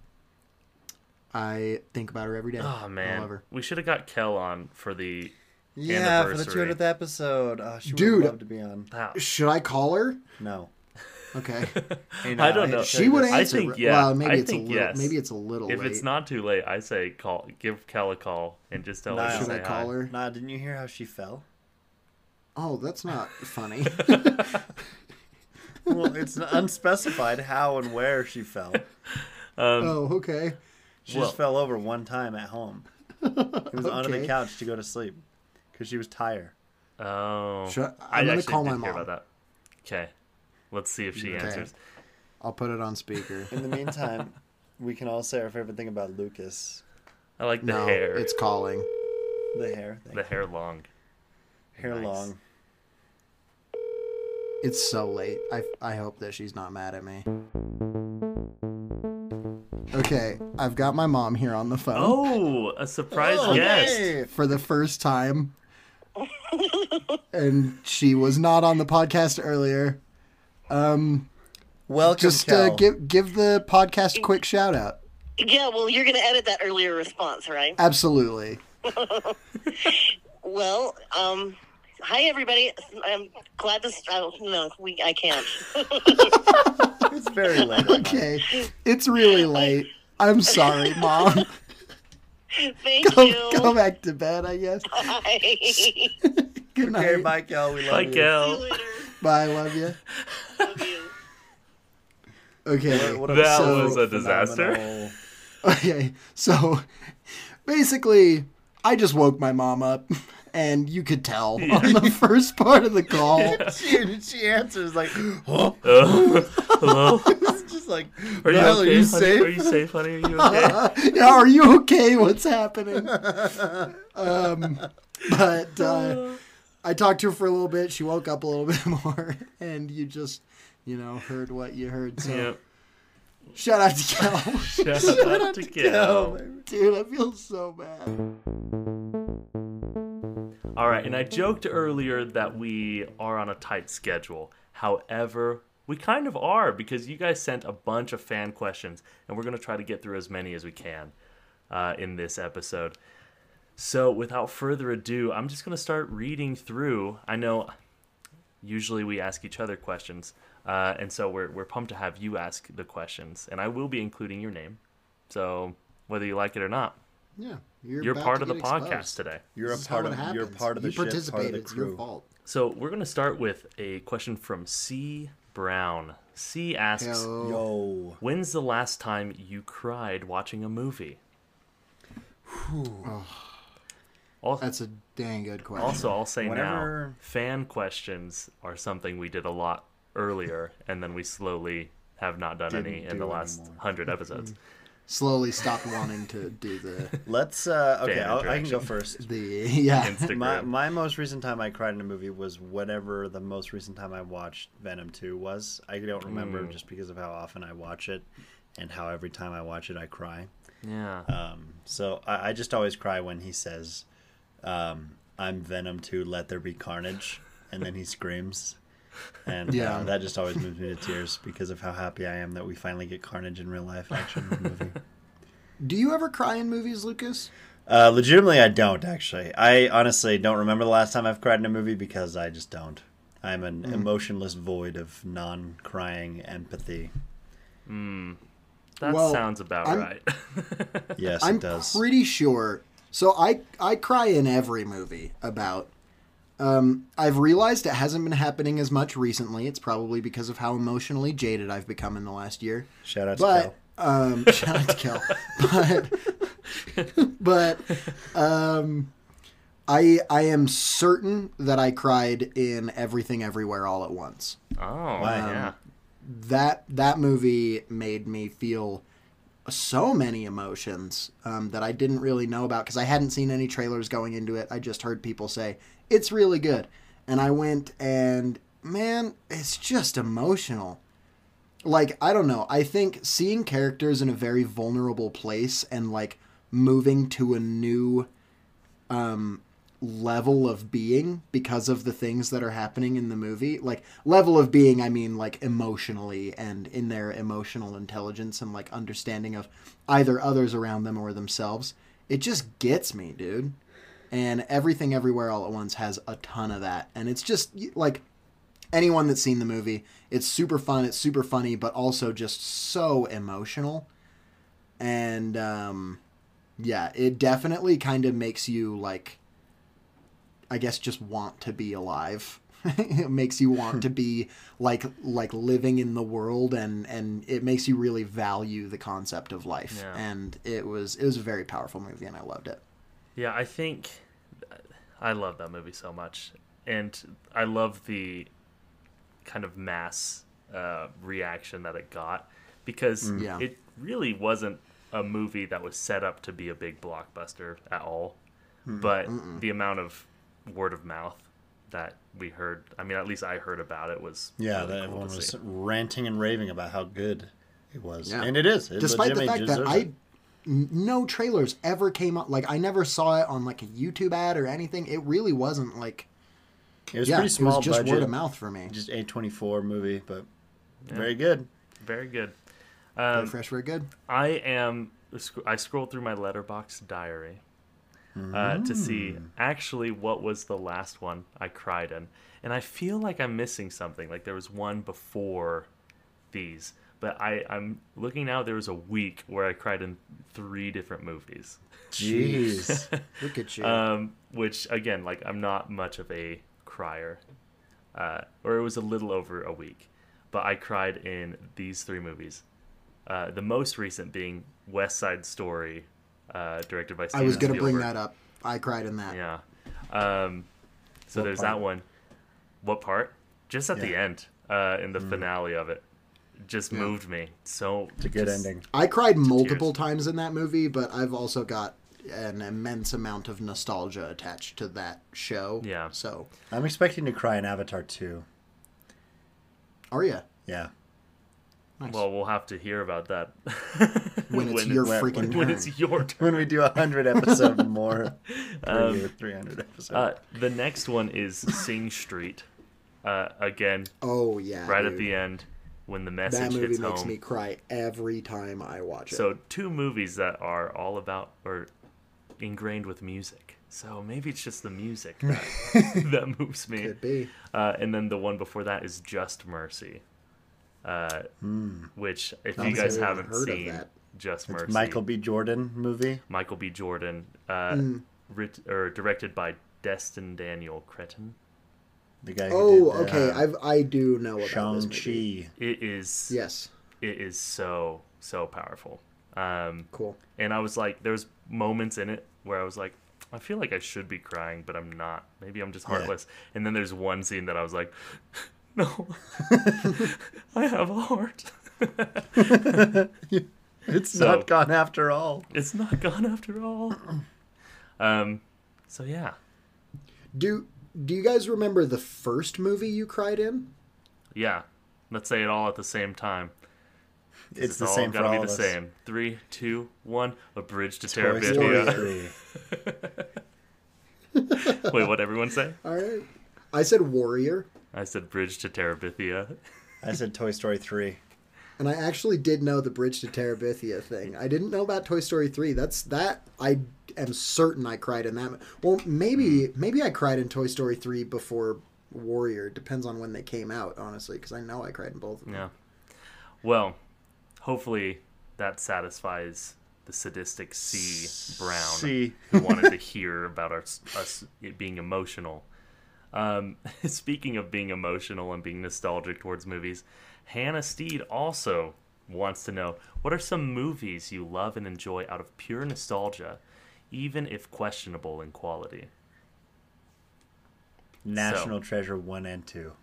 C: I think about her every day.
A: Oh
C: I
A: man,
C: love her.
A: we should have got Kel on for the.
B: Yeah, for the
A: Anniversary.
B: 200th episode. Oh, she
C: Dude.
B: would love to be on.
A: Ah,
C: Should I call her?
B: No,
C: Okay,
B: Hey,
A: I
B: no,
A: don't know.
B: it's-
C: she would
A: I
C: answer.
A: think
C: right-
A: yeah.
C: Well, maybe
A: I
C: it's
A: think
C: a little.
A: yes.
C: Maybe it's a little
A: If
C: late.
A: it's not too late, I say call, give Kel a call, and just tell her.
B: Niall.
A: to
C: should
A: say
C: I call
A: hi.
C: her?
B: Nah, didn't you hear how she fell?
C: Oh, that's not funny.
A: Um,
B: Well, it's unspecified how and where she fell.
C: oh, okay.
B: She
A: Well-
B: just fell over one time at home. It was onto the
C: Okay.
B: couch to go to sleep because she was tired.
A: Oh,
C: Should I-
A: I
C: I'm gonna
A: actually
C: call
A: did
C: my
A: hear
C: mom.
A: about that. Okay, let's see if she
C: Okay.
A: answers.
C: I'll put it on speaker.
B: In the meantime, we can all say our favorite thing about Lucas,
A: I like the
C: no,
A: hair.
C: it's calling.
B: the hair. Thank
A: the
B: you.
A: hair long.
B: hair
A: nice.
B: long.
C: It's so late. I, I hope that she's not mad at me. Okay, I've got my mom here on the phone
A: Oh, a surprise guest.
C: for the first time. and she was not on the podcast earlier. Um,
B: Welcome,
C: just uh,
B: Kel.
C: give give the podcast a quick shout out.
D: Yeah, well, you're going to edit that earlier response, right?
C: Absolutely.
D: Well, um, hi everybody. I'm glad this. Oh, no, we. I can't.
B: It's very late.
C: Okay, it's really late. I'm sorry, mom.
D: Thank
C: go,
D: you.
C: go back to bed, I guess.
D: Bye. See
C: Good night.
B: Okay, bye, Kel. We love
A: Bye,
B: you.
D: you
A: Kel.
D: later.
C: Bye, love you.
D: Love you.
C: Okay.
B: What- what a-
A: That
B: so
A: was a disaster.
B: phenomenal-
C: Okay, so basically, I just woke my mom up, and you could tell on the first part of the call.
B: She, she answers like, oh,
A: Uh, hello.
B: it's just like,
A: Are you
B: "Well,
A: okay?
B: are
A: honey?
B: you safe?
A: Are you safe, honey? Are you okay?
C: Yeah, are you okay? What's happening? Um, but uh, I talked to her for a little bit. She woke up a little bit more, and you just, you know, heard what you heard. So
A: yeah.
C: shout out to Cal.
A: Shout, out to
B: Oh,
A: Kel.
B: my
C: Dude, I feel so bad.
A: All right, and I joked earlier that we are on a tight schedule. However, we kind of are because you guys sent a bunch of fan questions, and we're going to try to get through as many as we can uh, in this episode. So, without further ado, I'm just going to start reading through. I know usually we ask each other questions, uh, and so we're, we're pumped to have you ask the questions, and I will be including your name. So, whether you like it or not,
C: Yeah,
A: you're
C: about
A: part
C: to
A: of the
C: get
A: podcast
C: exposed.
A: today.
B: You're a
C: This is how
B: part
C: it
B: of you're
C: happens.
B: part of the
C: you
B: ship, part of the
C: participated. It's your
B: crew.
C: fault.
A: So we're gonna start with a question from C. Brown. C asks,
C: Hell.
B: Yo,
A: "When's the last time you cried watching a movie?" Al-
C: That's a dang good question.
A: Also, I'll say now,
B: Whenever-
A: fan questions are something we did a lot earlier, and then we slowly have not done any
B: Didn't
A: in the
B: do
A: last
B: anymore.
A: hundred episodes.
C: slowly stopped wanting to do the
B: let's. Uh, okay,
A: Fan
B: I'll, I can
A: interaction.
B: go first.
C: the yeah.
A: Instagram.
B: My my most recent time I cried in a movie was whatever the most recent time I watched Venom Two was. I don't remember
A: Mm.
B: just because of how often I watch it, and how every time I watch it I cry.
A: yeah.
B: Um, so I, I just always cry when he says, um, "I'm Venom Two, let there be carnage," and then he screams. And yeah.
C: Yeah.
B: that just always moves me to tears because of how happy I am that we finally get Carnage in real life action movie.
C: Do you ever cry in movies, Lucas?
B: Uh, legitimately, I don't actually. I honestly don't remember the last time I've cried in a movie because I just don't. I'm an
C: Mm.
B: emotionless void of non-crying empathy.
A: that
C: well,
A: sounds about
C: I'm-
A: right.
B: Yes,
C: I'm
B: it does.
C: pretty sure. So I I cry in every movie about. Um, I've realized it hasn't been happening as much recently. It's probably because of how emotionally jaded I've become in the last year.
B: Shout out to
C: but
B: Kel.
C: um, shout out to Kel. But but um, I I am certain that I cried in everything, everywhere, all at once.
A: oh, yeah.
C: that that movie made me feel so many emotions um, that I didn't really know about because I hadn't seen any trailers going into it. I just heard people say it's really good, and I went and man, it's just emotional. Like I don't know. I think seeing characters in a very vulnerable place and like moving to a new level of being because of the things that are happening in the movie. Like level of being, I mean like emotionally and in their emotional intelligence and like understanding of either others around them or themselves. It just gets me, dude. And everything everywhere all at once has a ton of that. And it's just y- like anyone that's seen the movie, it's super fun, it's super funny, but also just so emotional. And um yeah, it definitely kind of makes you like I guess just want to be alive. it makes you want to be like like living in the world and and it makes you really value the concept of life.
A: Yeah.
C: And it was it was a very powerful movie and I loved it.
A: Yeah, I think I love that movie so much, and I love the kind of mass uh, reaction that it got because
C: Yeah.
A: it really wasn't a movie that was set up to be a big blockbuster at all. But the amount of word of mouth that we heard, I mean, at least I heard about it was
B: Yeah,
A: really
B: that
A: cool to
B: everyone was
A: see.
B: ranting and raving about how good it was,
C: Yeah.
B: and it is. It
C: despite the
B: legitimately
C: fact that
B: deserves
C: I
B: it.
C: n- no trailers ever came up. Like I never saw it on like a YouTube ad or anything. It really wasn't like
B: it was
C: yeah,
B: pretty small
C: it was just
B: budget,
C: word of mouth for me.
B: just a twenty four movie, but very good.
A: very good. Um,
C: Very fresh, very good.
A: I am. I scrolled through my letterbox diary uh, to see actually what was the last one I cried in, and I feel like I'm missing something. Like there was one before these, but I I'm looking now. There was a week where I cried in three different movies,
B: Jeez,
C: Look at you.
A: um, which again, like I'm not much of a crier, uh, or it was a little over a week, but I cried in these three movies. Uh, the most recent being West Side Story, uh, directed by
C: I
A: Steven
C: was gonna bring
A: Spielberg.
C: that up. I cried in that.
A: Yeah. Um, so
B: What
A: there's
B: part?
A: that one. What part? Just at the
B: Yeah.
A: end, uh, in the
C: Mm.
A: finale of it, just moved me. So
B: it's a good
A: just-
B: ending.
C: I cried multiple times in that movie, but I've also got an immense amount of nostalgia attached to that show.
A: Yeah.
C: So,
B: I'm expecting to cry in Avatar two.
C: are you?
B: Yeah,
C: Nice.
A: Well, we'll have to hear about that
C: when it's your
B: when-
C: freaking
A: when
C: turn.
A: it's your turn.
B: when we do a hundred episode more, three hundred episode.
A: Um, Uh, the next one is Sing Street. Uh, again,
C: oh yeah.
A: right at
C: dude.
A: the end when the
C: That
A: message
C: movie
A: hits
C: makes
A: home.
C: me cry every time I watch it.
A: So two movies that are all about or ingrained with music. So maybe it's just the music that, that moves me.
C: could be.
A: Uh, and then the one before that is Just Mercy, uh, which if you
C: Sounds
A: guys
C: like Hmm. I've
A: haven't
C: heard of
A: seen,
C: that.
A: Just Mercy,
B: It's Michael B. Jordan movie.
A: Michael B. Jordan, uh,
C: Hmm.
A: writ- or directed by Destin Daniel Cretton.
B: The guy. Who
C: Oh,
B: did,
C: okay.
B: uh,
C: I've I do know about this
B: Shang
C: movie.
B: Chi.
A: It is
C: Yes.
A: it is so so powerful. Um,
C: Cool.
A: and I was like, there's moments in it where I was like, I feel like I should be crying, but I'm not. Maybe I'm just heartless. And then there's one scene that I was like, no, I have a heart.
B: It's
A: So-
B: not gone after all.
A: It's not gone after all. Um, so yeah,
C: Do do you guys remember the first movie you cried in?
A: yeah. Let's say it all at the same time.
B: It's,
A: It's
B: the
A: all
B: same for
A: gotta
B: all
A: be
B: of
A: the
B: us.
A: same. Three, two, one. A bridge to
B: Toy Story
A: Terabithia.
B: three.
A: Wait, what everyone say?
C: All right. I said Warrior,
A: I said bridge to Terabithia.
B: I said Toy Story three.
C: and I actually did know the Bridge to Terabithia thing. I didn't know about Toy Story 3. That's that I am certain I cried in that. mo- Well, maybe
A: Hmm.
C: maybe I cried in Toy Story 3 before Warrior. Depends on when they came out, honestly, cuz I know I cried in both of them.
A: Yeah. Well, hopefully that satisfies the sadistic C Brown
B: C.
A: who wanted to hear about our, us it being emotional. Um, speaking of being emotional and being nostalgic towards movies, Hannah Steed also wants to know what are some movies you love and enjoy out of pure nostalgia, even if questionable in quality.
B: National Treasure one and two.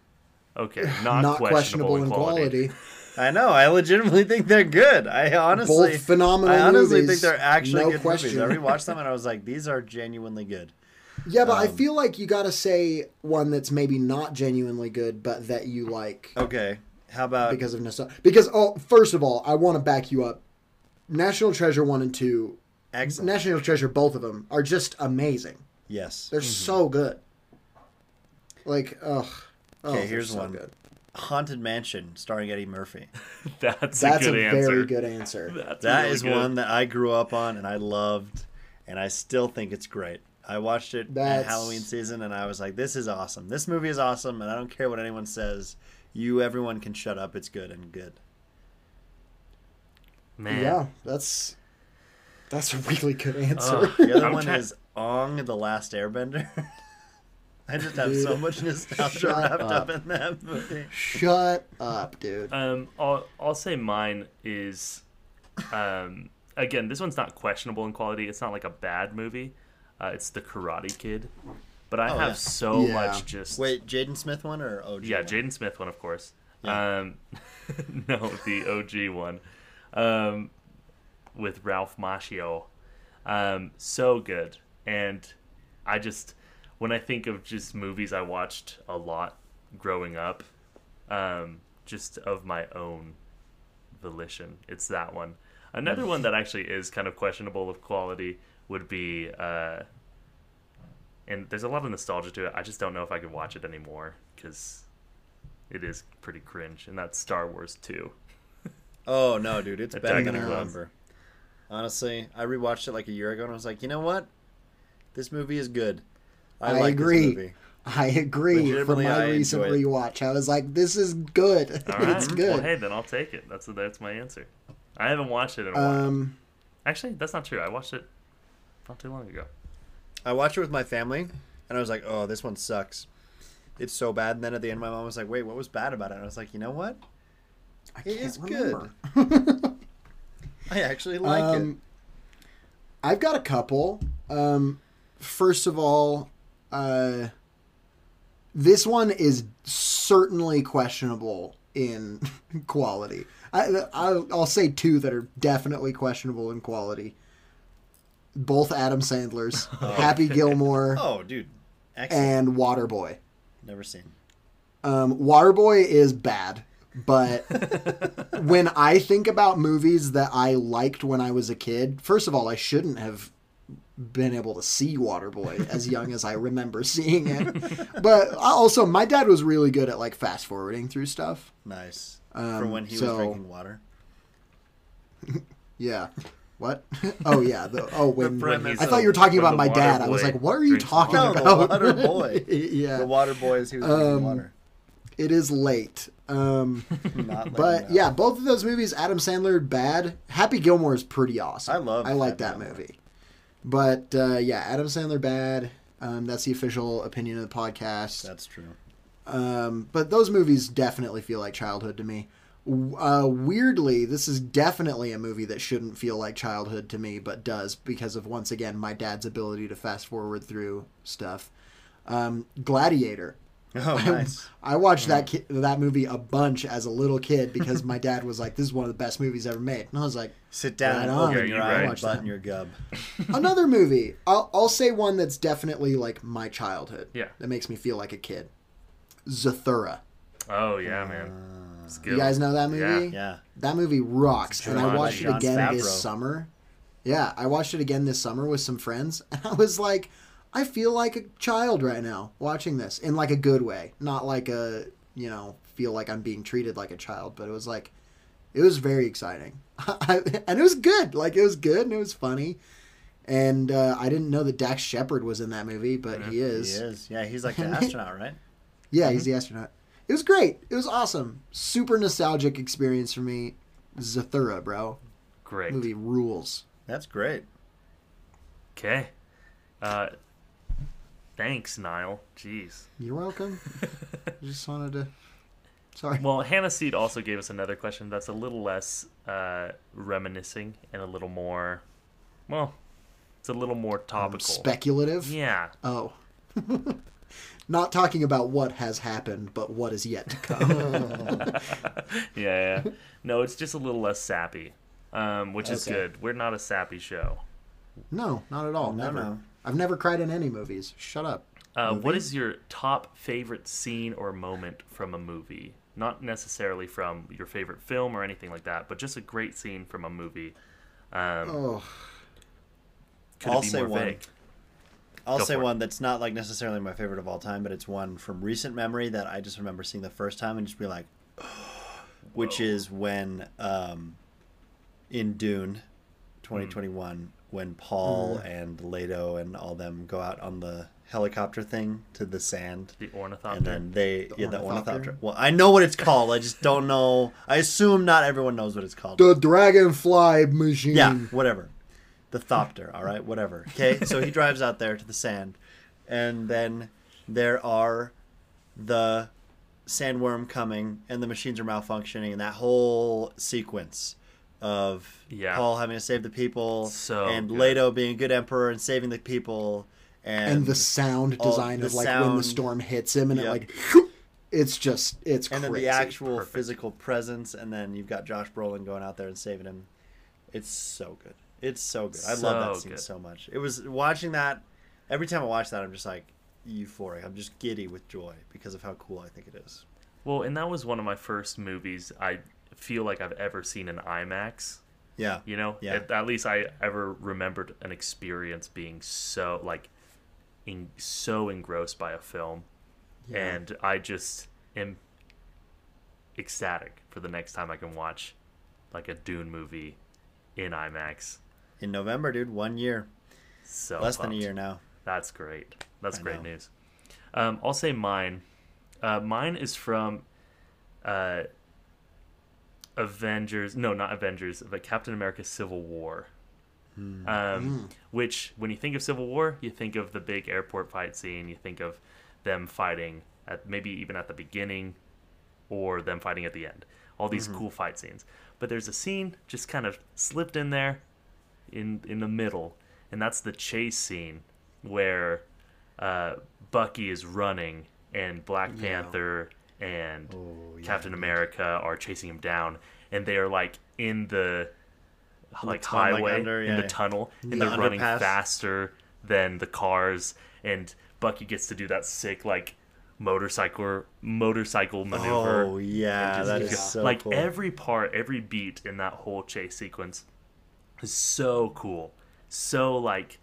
A: Okay, not,
C: Not
A: questionable,
C: questionable
A: in
C: in
A: quality.
C: quality.
B: I know. I legitimately think they're good. I honestly,
C: Both phenomenal
B: I honestly
C: movies,
B: think they're actually
C: no
B: good
C: question.
B: movies. I rewatched them and I was like, these are genuinely good.
C: Yeah, but I
B: Um,
C: feel like you got to say one that's maybe not genuinely good, but that you like
B: Okay, how about
C: because of nostalgia. Because oh, first of all, I want to back you up. National Treasure one and two,
B: excellent?
C: National Treasure both of them are just amazing.
B: yes.
C: They're so good. Like ugh. Oh,
B: Mm-hmm. Okay,
C: they're
B: here's
C: so
B: one.
C: Good.
B: Haunted Mansion starring Eddie Murphy.
A: That's,
C: That's
A: a good
C: a,
A: answer.
C: very good answer.
A: That's
B: That
A: really
B: is
A: good.
B: one that I grew up on and I loved, and I still think it's great. I watched it at
C: That's-
B: Halloween season and I was like, this is awesome. This movie is awesome, and I don't care what anyone says. You, everyone can shut up. It's good and good.
A: Man.
C: Yeah, that's that's a really good answer.
A: Ugh.
B: The other
A: I'm
B: one
A: try-
B: is Ong the Last Airbender. I just have so much nostalgia
C: Shut
B: wrapped up.
C: up.
B: in that movie.
C: Shut up, dude.
A: Um, I'll, I'll say mine is, um, again, this one's not questionable in quality. It's not like a bad movie. Uh, it's The Karate Kid, but I
B: Oh,
A: have
B: yeah.
A: so
C: Yeah.
A: much just
B: Wait, Jaden Smith one or OG?
A: yeah,
B: one?
A: Jaden Smith one of course, Um, no, the OG one um, with Ralph Macchio. Um, so good. And I just, when I think of just movies I watched a lot growing up, um, just of my own volition, it's that one. Another one that actually is kind of questionable of quality would be, uh, and there's a lot of nostalgia to it. I just don't know if I could watch it anymore because it is pretty cringe, and that's Star Wars 2.
B: Oh no, dude, it's
A: Attack
B: better
A: of
B: than
A: the
B: I
A: Clones.
B: remember. Honestly, I rewatched it like a year ago, and I was like, you know what? This movie is good. I,
C: I
B: like
C: agree.
B: this movie.
C: I agree. From
B: Legitimately,
C: my
B: I
C: recent
B: enjoy it.
C: rewatch, I was like, "This is good.
A: All right.
C: it's good."
A: Well, hey, then I'll take it. That's that's my answer. I haven't watched it in a while.
C: um,
A: Actually, that's not true. I watched it not too long ago.
B: I watched it with my family, and I was like, oh, this one sucks. It's so bad. And then at the end, my mom was like, wait, what was bad about it? And I was like, you know what?
C: I
B: It
C: can't
B: is
C: remember.
B: I actually like
C: um, I've got a couple. Um, first of all, uh, this one is certainly questionable in quality. I, I, I'll say two that are definitely questionable in quality. Both Adam Sandler's, Happy Gilmore,
B: it. Oh, dude, excellent.
C: and Waterboy.
B: Never seen.
C: Um, Waterboy is bad, but when I think about movies that I liked when I was a kid, first of all, I shouldn't have been able to see Waterboy as young as I remember seeing it. But also, my dad was really good at like fast forwarding through stuff.
B: Nice.
C: Um,
B: From when he
C: so-
B: was drinking water.
C: Yeah. What? Oh yeah. The, oh, when,
A: premise
C: I thought you were
A: of
C: talking
A: when
C: about
A: the
C: my
A: water
C: dad. I was
A: boy
C: like, "What are you
A: drinks
C: talking
B: No, the
C: about?"
B: water boy.
C: yeah.
B: The water boy is he was drinking
C: Um,
B: water.
C: It is late. Um,
B: Not letting
C: But
B: out.
C: yeah, both of those movies, Adam Sandler bad. Happy Gilmore is pretty awesome.
B: I love
C: I
B: Happy
C: like that
B: Gilmore.
C: movie. But uh, yeah, Adam Sandler bad. Um, that's the official opinion of the podcast.
B: that's true.
C: Um, but those movies definitely feel like childhood to me. W- Uh, weirdly, this is definitely a movie that shouldn't feel like childhood to me, but does because of once again my dad's ability to fast forward through stuff. Um, Gladiator.
B: Oh, nice.
C: I watched that ki- that movie a bunch as a little kid because my dad was like, "This is one of the best movies ever made," and I was like,
B: Sit down
C: Right
B: and
C: on.
B: open
A: Yeah,
B: your
A: you're
B: eye
A: right.
B: and
C: Watch
B: button
C: that.
B: your gub.
C: "Another movie." I'll I'll say one that's definitely like my childhood.
A: Yeah.
C: that makes me feel like a kid. Zathura.
A: Oh yeah, man. Skill.
C: uh, You guys know that movie?
B: Uh, Yeah.
C: That movie rocks, and I
B: drawn by
C: watched it
B: Jon
C: again
B: Favreau.
C: this summer. Yeah, I watched it again this summer with some friends, and I was like, I feel like a child right now watching this in like a good way, not like a you know feel like I'm being treated like a child, but it was like, it was very exciting, and it was good. Like it was good and it was funny, and uh, I didn't know that Dax Shepard was in that movie, but he
B: Mm-hmm. He
C: is.
B: is. Mm-hmm. Yeah, he's like the astronaut, right?
C: Yeah, he's the astronaut. It was great. It was awesome. Super nostalgic experience for me. Zathura, bro.
A: Great.
C: Movie rules.
B: That's great.
A: Okay. Uh, thanks, Niall. Jeez.
C: You're welcome. I just wanted to. Sorry.
A: Well, Hannah Seed also gave us another question that's a little less uh, reminiscing and a little more, well, it's a little more topical.
C: Speculative.
A: yeah.
C: Oh. Not talking about what has happened, but what is yet to come.
A: yeah, yeah. No, it's just a little less sappy, um, which is
B: Okay.
A: good. We're not a sappy show.
C: no, not at all.
B: No,
C: never.
B: no.
C: I've never cried in any movies. Shut up.
A: Uh, what is your top favorite scene or moment from a movie? Not necessarily from your favorite film or anything like that, but just a great scene from a movie. Um,
C: Oh.
A: could
B: I'll
A: it be
B: say
A: more
B: one.
A: vague?
B: I'll
A: Go
B: say
A: for it.
B: one that's not like necessarily my favorite of all time, but it's one from recent memory that I just remember seeing the first time and just be like, which is when um, in Dune,
A: Hmm.
B: 2021, when Paul
A: Mm-hmm.
B: and Leto and all them go out on the helicopter thing to the sand.
A: The
B: And
A: ornithopter.
B: then they, yeah, the
C: ornithopter?
B: ornithopter. Well, I know what it's called. I just don't know. I assume not everyone knows what it's called.
C: The dragonfly machine.
B: Yeah, whatever. The Thopter, all right, whatever. Okay, so he drives out there to the sand, and then there are the sandworm coming, and the machines are malfunctioning, and that whole sequence of
A: Yeah.
B: Paul having to save the people,
A: So
B: and
A: good.
B: Leto being a good emperor and saving the people, and,
C: And the sound
B: All
C: design
B: the
C: of like when the
B: sound.
C: storm hits him and
B: Yeah.
C: it like It's just it's
B: and then
C: crazy.
B: the actual
A: Perfect.
B: physical presence, and then you've got Josh Brolin going out there and saving him. It's so good. It's so good. I love
A: So
B: that scene
A: good.
B: so much. It was watching that. Every time I watch that, I'm just like euphoric. I'm just giddy with joy because of how cool I think it is.
A: Well, and that was one of my first movies I feel like I've ever seen in IMAX.
B: Yeah.
A: You know,
B: Yeah.
A: at, at least I ever remembered an experience being so like, in, so engrossed by a film, and I just am ecstatic for the next time I can watch, like a Dune movie, in IMAX.
B: In November, dude, one year,
A: So
B: less than a
A: pumped.
B: year now.
A: That's great. That's
B: I
A: great
B: know.
A: news. Um, I'll say mine. Uh, mine is from uh, Avengers. No, not Avengers, but Captain America: Civil War. Um,
B: Mm.
A: Which, when you think of Civil War, you think of the big airport fight scene. You think of them fighting at maybe even at the beginning, or them fighting at the end. All these
B: Mm-hmm.
A: cool fight scenes. But there's a scene just kind of slipped in there in in the middle, and that's the chase scene where uh, Bucky is running and Black Panther and
B: Oh, yeah,
A: Captain America are chasing him down, and they are like in the like
B: tunnel, like,
A: highway
B: under-
A: in
B: yeah,
A: the
B: yeah.
A: tunnel, and
B: The
A: they're running
B: underpass.
A: faster than the cars, and Bucky gets to do that sick like motorcycle motorcycle maneuver
B: Oh yeah,
A: just
B: that is
A: keep go-
B: so
A: like
B: cool.
A: every part, every beat in that whole chase sequence is so cool, so like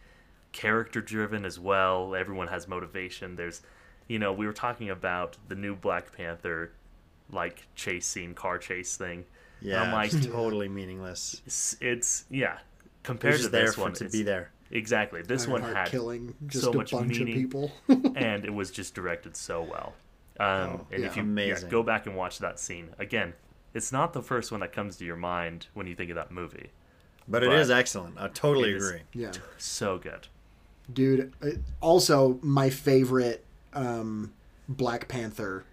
A: character driven as well. Everyone has motivation. There's, you know, we were talking about the new Black Panther, like chase scene, car chase thing. And
B: yeah,
A: I'm like,
B: just totally meaningless.
A: it's, it's yeah.
B: It's
A: Compared to
B: just there
A: this
B: for
A: one,
B: it to
A: it's-
B: be there.
A: Exactly, this one
C: Ironheart
A: had
C: killing just
A: so
C: a
A: much
C: bunch
A: meaning.
C: of people.
A: and it was just directed so well. Um, and if
C: Oh,
A: you
C: yeah.
A: yeah,
B: Amazing.
A: go back and watch that scene again, it's not the first one that comes to your mind when you think of that movie.
B: But, it
A: But
B: is excellent. I totally
A: it is-
B: agree.
C: yeah.
A: So good.
C: dude. uh, Also, my favorite um, Black Panther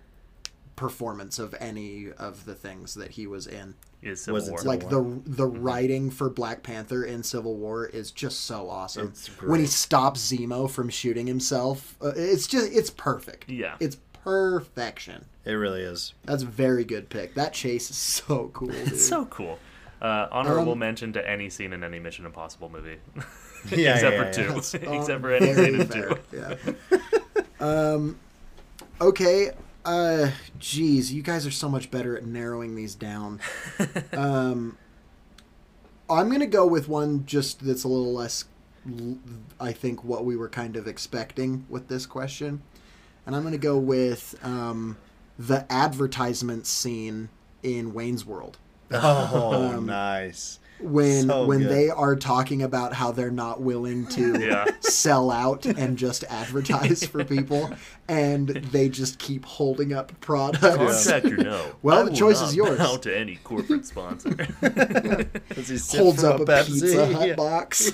C: performance of any of the things that he was in.
A: Is Civil
B: Was it
A: War.
B: Civil Mm-hmm.
C: like the the writing for Black Panther in Civil War is just so awesome.
B: It's great.
C: When he stops Zemo from shooting himself, uh, it's just it's perfect.
A: Yeah.
C: it's perfection.
B: It really is.
C: That's a very good pick. That chase is so cool. Dude.
A: so cool. Uh, honorable
C: Um,
A: mention to any scene in any Mission Impossible movie,
B: Yeah,
A: except
B: yeah,
A: for
B: yeah,
A: two.
B: yeah.
A: except for
C: Uh,
A: any
C: very
A: scene in
C: fair,
A: two.
C: Yeah. um. Okay. Uh. Geez, you guys are so much better at narrowing these down. Um. I'm gonna go with one just that's a little less. l- I think what we were kind of expecting with this question, and I'm gonna go with um, the advertisement scene in Wayne's World
B: Oh, nice.
C: when
B: So
C: when
B: good.
C: they are talking about how they're not willing to
A: Yeah.
C: sell out and just advertise for people and they just keep holding up products
A: Contract or no?
C: Well,
A: I
C: the
A: will
C: choice
A: not
C: is yours.
A: Bow to any corporate sponsor.
B: Does he sip
C: holds
B: from
C: up a,
B: Pepsi?
C: pizza hut
B: Yeah.
C: box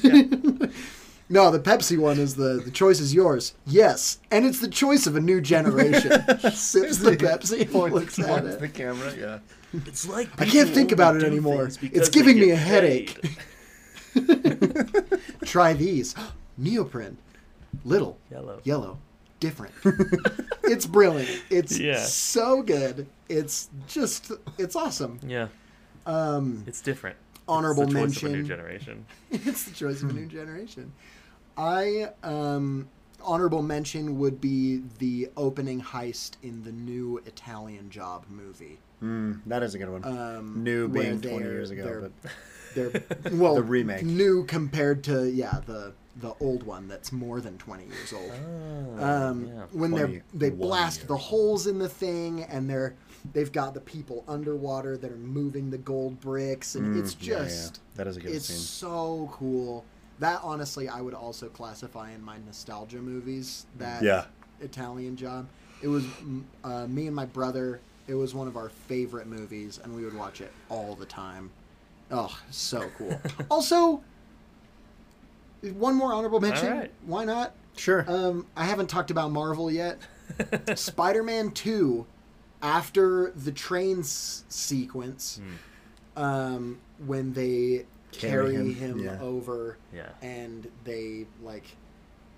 C: no the pepsi one is the the choice is yours yes and it's the choice of a new generation sips the pepsi and looks at
B: Points the
C: it
B: camera. Yeah.
A: it's like
C: I can't
A: people
C: think about
A: only
C: it
A: do
C: anymore.
A: things
C: It's
A: because they
C: giving me
A: get
C: a headache.
A: paid.
C: try these neoprene little
A: Yellow.
C: yellow different it's brilliant it's
A: Yeah.
C: so good it's just it's awesome
A: Yeah. Um, it's different.
C: honorable
A: it's the choice Of a new
C: mention.
A: generation.
C: it's the choice of
B: Hmm.
C: a new generation i um honorable mention would be the opening heist in the new italian job movie
B: Mm, that is a good one.
C: um
B: New
C: where
B: being 20
C: they're-
B: years ago,
C: they're, they're well
B: The remake.
C: new compared to yeah the the old one that's more than 20 years old um,
A: yeah.
C: when they
B: 21
C: they
B: Oh,
C: blast
B: years.
C: the holes in the thing and they're they've got the people underwater that are moving the gold bricks and it's
B: Hmm, yeah, yeah.
C: just
B: That is a good
C: it's
B: scene.
C: so cool that honestly I would also classify in my nostalgia movies that
B: but yeah.
C: Italian job it was mm, uh, me and my brother it was one of our favorite movies and we would watch it all the time oh so cool also one more honorable mention
A: right.
C: why not
B: Sure.
C: um, I haven't talked about Marvel yet. Spider-Man Two, after the train s- sequence, um, when they
B: Hmm. Carry
C: carry,
B: him,
C: him,
B: yeah.
C: over,
A: Yeah.
C: and they like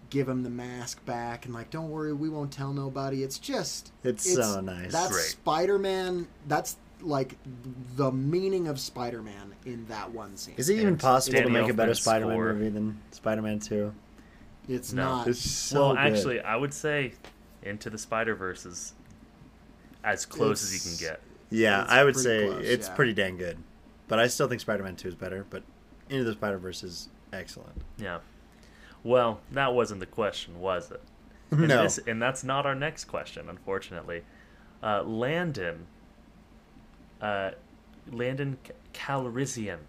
C: give him the mask back and like, don't worry, we won't tell nobody. It's just
B: It's so nice.
C: That's
A: Great.
C: Spider-Man. That's like the meaning of Spider-Man in that one scene.
B: Is it even
A: And
B: possible
A: Danny
B: to make a better
A: Elfman's
B: Spider-Man
A: score.
B: movie than Spider-Man Two?
C: It's
A: No.
C: not.
B: It's so
A: well,
B: good.
A: actually, I would say Into the Spider Verse is as close as
C: It's-
A: you can get.
B: yeah,
C: it's
B: I would
C: pretty
B: say
C: close,
B: it's
C: yeah.
B: pretty dang good, but I still think Spider-Man Two is better. But Into the Spider-Verse is excellent.
A: Yeah. Well, that wasn't the question, was it? And
B: no,
A: this- and that's not our next question, unfortunately. Uh, Landon, uh, Landon C- Calrissian,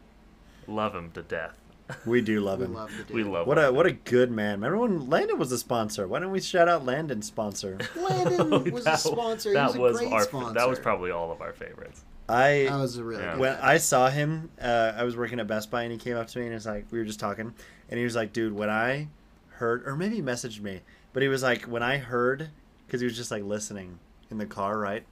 A: love him to death.
B: we do love
C: we
B: him.
C: love to do.
A: We love
B: What
A: him.
B: a what a good man. Remember when Landon was the sponsor? Why don't we shout out Landon sponsor?
C: Landon was a sponsor.
A: Oh, That
C: he was,
A: was
C: a great
A: our.
C: sponsor.
A: That was probably all of our favorites.
B: I
C: That was a really
A: Yeah.
C: good.
B: when I saw him, uh, I was working at Best Buy and he came up to me and he was like, we were just talking, and he was like, dude, when I heard, or maybe he messaged me, but he was like, when I heard, because he was just like listening in the car, right?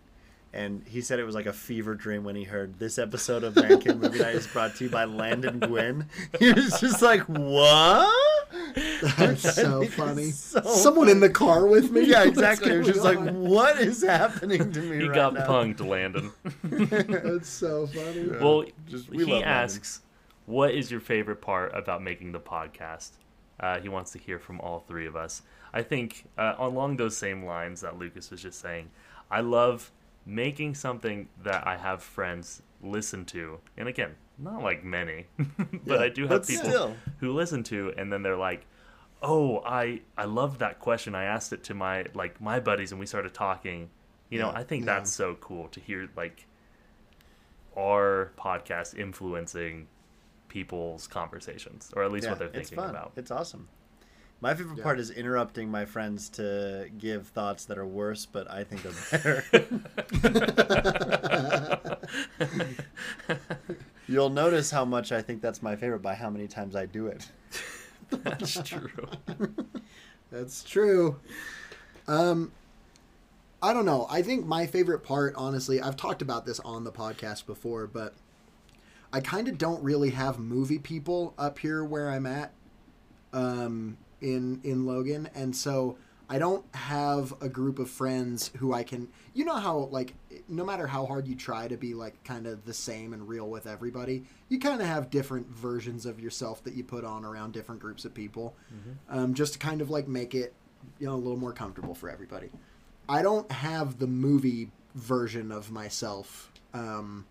B: And he said it was like a fever dream when he heard this episode of American Movie Night is brought to you by Landon Gwynn. He was just like, what?
C: That's so
B: It is
C: funny.
B: so
C: Someone in the car with me.
B: Yeah,
C: What's
B: exactly. It was
C: going
B: just like,
C: on?
B: what is happening to me
A: He
B: right
A: got
B: now?
A: punked, Landon.
C: That's so funny.
A: well,
B: Just- we love
A: he
B: Landon.
A: asks, "What is your favorite part about making the podcast?" Uh, he wants to hear from all three of us. I think uh, along those same lines that Lucas was just saying, I love making something that I have friends listen to, and again, not like many, but
B: Yeah,
A: I do have
B: but
A: people
B: still.
A: who listen to, and then they're like. Oh, I I love that question. I asked it to my like my buddies, and we started talking. You know,
B: Yeah,
A: I think
C: yeah.
A: that's so cool to hear like our podcast influencing people's conversations, or at least what they're
B: it's
A: thinking
B: fun.
A: about.
B: It's awesome. My favorite
C: Yeah.
B: part is interrupting my friends to give thoughts that are worse, but I think are better. You'll notice how much I think that's my favorite by how many times I do it.
A: That's true.
C: That's true. Um, I don't know. I think my favorite part, honestly, I've talked about this on the podcast before, but I kind of don't really have movie people up here where I'm at um, in in Logan, and so I don't have a group of friends who I can. You know how like no matter how hard you try to be like kind of the same and real with everybody, you kind of have different versions of yourself that you put on around different groups of people, um, just to kind of like make it you know a little more comfortable for everybody. I don't have the movie version of myself. Um,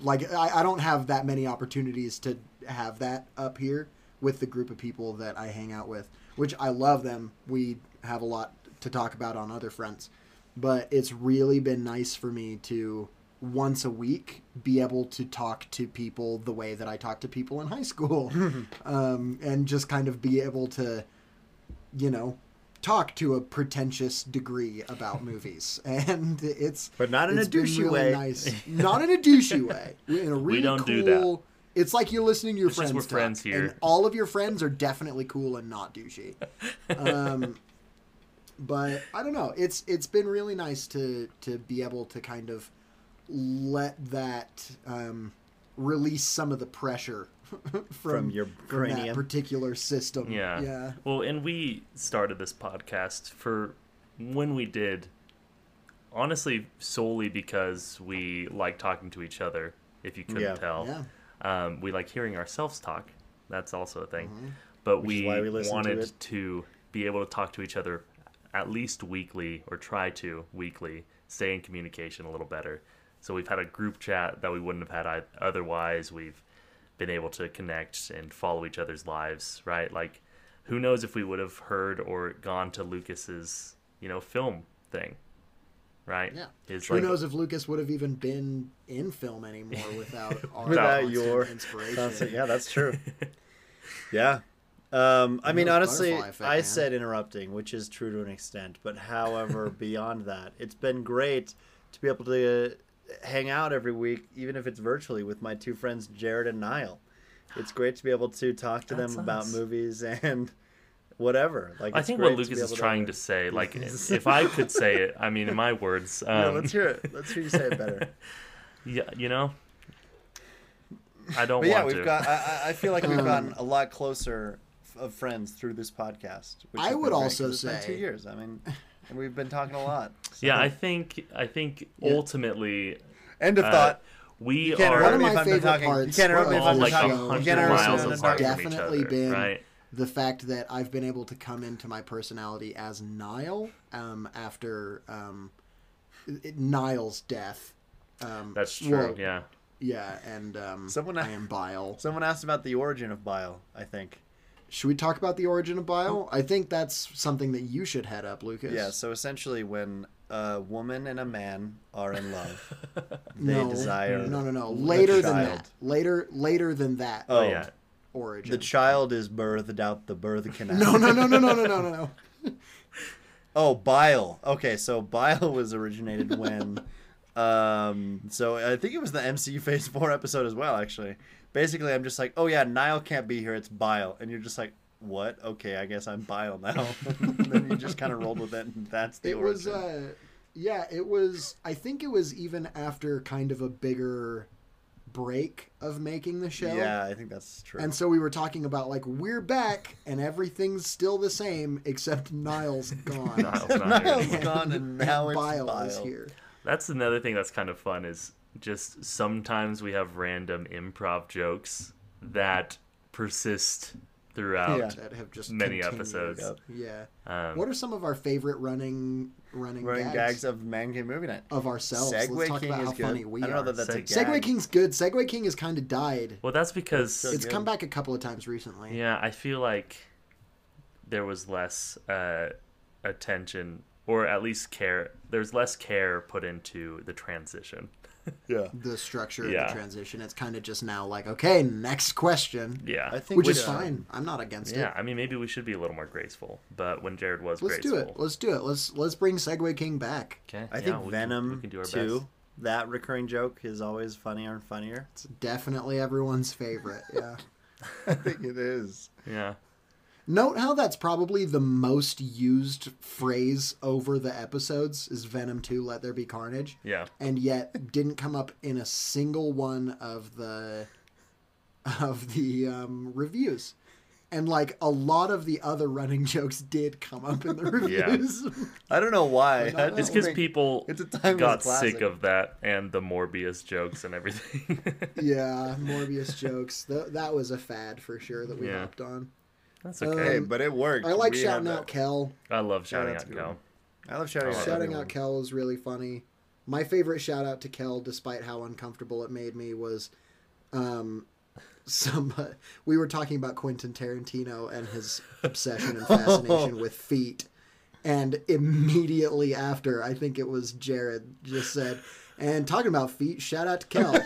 C: like I, I don't have that many opportunities to have that up here with the group of people that I hang out with, which I love them. We have a lot to talk about on other fronts, but it's really been nice for me to once a week be able to talk to people the way that I talked to people in high school, um, and just kind of be able to, you know. Talk to a pretentious degree about movies, and it's
B: But not in a
C: it's been
B: douchey
C: really
B: way.
C: Nice not in a douchey way. In a really
A: don't
C: cool,
A: do that.
C: It's like you're listening to your
A: It's just
C: friends.
A: we're
C: talk,
A: friends here.
C: and all of your friends are definitely cool and not douchey. Um, but I don't know. It's it's been really nice to to be able to kind of let that um, release some of the pressure from,
B: From your
C: from that
B: cranium.
C: particular system.
A: Yeah.
C: yeah.
A: Well, and we started this podcast for when we did, honestly, solely because we like talking to each other. If you couldn't
B: Yeah.
A: tell, um, we like hearing ourselves talk. That's also a thing. But
B: Which is
A: we,
B: why Mm-hmm. we listen to
A: wanted
B: it.
A: to be able to talk to each other at least weekly, or try to weekly, stay in communication a little better. So we've had a group chat that we wouldn't have had ei- otherwise. We've been able to connect and follow each other's lives, right? Like, who knows if we would have heard or gone to Lucas's, you know, film thing, right?
C: Yeah.
A: His,
C: Who
A: like,
C: knows if Lucas would have even been in film anymore without our
B: Without
C: constant
B: your
C: inspiration?
B: That's- yeah, that's true. yeah. Um, I mean,
C: Real
B: honestly,
C: butterfly effect,
B: I
C: man.
B: said interrupting, which is true to an extent. But however, beyond that, it's been great to be able to uh, hang out every week, even if it's virtually, with my two friends, Jared and Niall. It's great to be able to talk to
A: That's
B: them about
A: us.
B: movies and whatever. Like,
A: I
B: it's
A: think
B: great
A: what
B: to
A: Lucas
B: be
A: is
B: able
A: trying to say, like, if I could say it, I mean, in my words, um,
B: Yeah, let's hear it. Let's hear you say it better.
A: Yeah, you know, I don't
B: But yeah,
A: want
B: we've
A: to.
C: Um,
B: got. I, I- I feel like we've gotten a lot closer of friends through this podcast. Which
C: I
B: has
C: would
B: been great,
C: also
B: 'cause it's been
C: say-
B: two years. I mean, and we've been talking a lot. so-
A: Yeah, I think I think ultimately
B: End of
A: uh,
B: thought.
A: we
B: can't
A: are
B: interrupt
C: One of
B: me
C: my
B: if I'm done
C: favorite
B: talking. You
C: parts
B: can't interrupt me if
A: all
B: I'm
C: of
B: done
A: like
C: the
B: talking.
C: show
B: You can't
A: hundred
B: interrupt me
A: miles
B: if I'm done
A: apart
B: talking.
A: from each
C: definitely
A: other,
C: been
A: right?
C: the fact that I've been able to come into my personality as Nile um, after um, it- Nile's death. Um,
A: That's true.
C: well,
A: yeah.
C: Yeah, and um,
B: Someone-
C: I am Bile.
B: Someone asked about the origin of bile. I think.
C: Should we talk about the origin of Bile? I think that's something that you should head up, Lucas.
B: Yeah. So essentially, when a woman and a man are in love, they
C: no,
B: desire.
C: No, no, no.
B: the
C: Later than
B: child.
C: that. Later, later than that.
B: Oh,
A: But yeah.
C: origin.
B: The child is birthed out the birth canal.
C: no, no, no, no, no, no, no, no, no.
B: Oh, bile. Okay, so bile was originated when. um, so I think it was the MCU Phase 4 episode as well, actually. Basically, I'm just like, oh yeah, Nile can't be here, it's bile. And you're just like, what? Okay, I guess I'm bile now. and then you just kind of rolled with it, and that's the
C: It was.
B: origin.
C: Uh, yeah, it was. I think it was even after kind of a bigger break of making the show.
B: yeah, I think that's true.
C: And so we were talking about like we're back and everything's still the same except Niles gone.
A: Niles not here
B: Nile's
A: anymore.
B: gone, and now it's
C: Bile,
B: bile.
C: is here.
A: That's another thing that's kind of fun is just sometimes we have random improv jokes that persist throughout.
C: That have just
A: Many
C: continued.
A: episodes.
B: Yep.
C: Yeah.
A: Um,
C: what are some of our favorite running running,
B: Wearing
C: gags,
B: gags. of Man Cave Movie Night.
C: of ourselves?
B: Segway
C: Let's talk
B: King
C: about
B: is
C: how
B: good.
C: funny we
B: I don't know
C: are.
B: that that's a
A: Seg-
B: gag.
C: Segway King's good. Segway King has kind of died.
A: Well, that's because
B: so
C: it's
B: good.
C: come back a couple of times recently.
A: Yeah, I feel like there was less uh, attention, or at least care. There's less care put into the transition.
B: Yeah.
C: The structure of
A: Yeah.
C: the transition. It's kind of just now like, okay, next question.
A: Yeah,
B: I think
C: Which
B: we
C: is
B: should-
C: fine. I'm not against it.
A: yeah. I mean, maybe we should be a little more graceful. But when Jared was
C: Let's
A: graceful,
C: do it. Let's do it. Let's let's bring Segway King back.
A: okay,
B: I
A: yeah,
B: think
A: we can- we
B: Venom
A: can do our
B: too.
A: best.
B: That recurring joke is always funnier and funnier.
C: It's definitely everyone's favorite. Yeah.
B: I think it is.
A: Yeah,
C: Note how that's probably the most used phrase over the episodes is Venom 2 let there be carnage
A: yeah.
C: and yet didn't come up in a single one of the of the um, reviews. And like a lot of the other running jokes did come up in the
A: Yeah.
C: reviews.
B: I don't know why.
C: But not
A: It's
C: I
A: because
B: think-
A: people
B: it's a timeless
A: got
B: classic.
A: sick of that and the Morbius jokes and everything.
C: yeah, Morbius jokes. Th- that was a fad for sure that we
A: Yeah.
C: hopped on.
A: That's
C: Um,
A: okay.
B: Uh, Hey, but it worked.
C: I like
B: We
C: shouting
B: have
C: out
B: that.
C: Kel.
A: I love shouting
B: that's
A: out
B: a good
A: Kel.
B: I love shouting out.
C: Shouting
B: everyone.
C: out Kel is really funny. My favorite shout out to Kel, despite how uncomfortable it made me, was um, some. we were talking about Quentin Tarantino and his obsession and fascination with feet, and immediately after, I think it was Jared just said, "And talking about feet, shout out to Kel."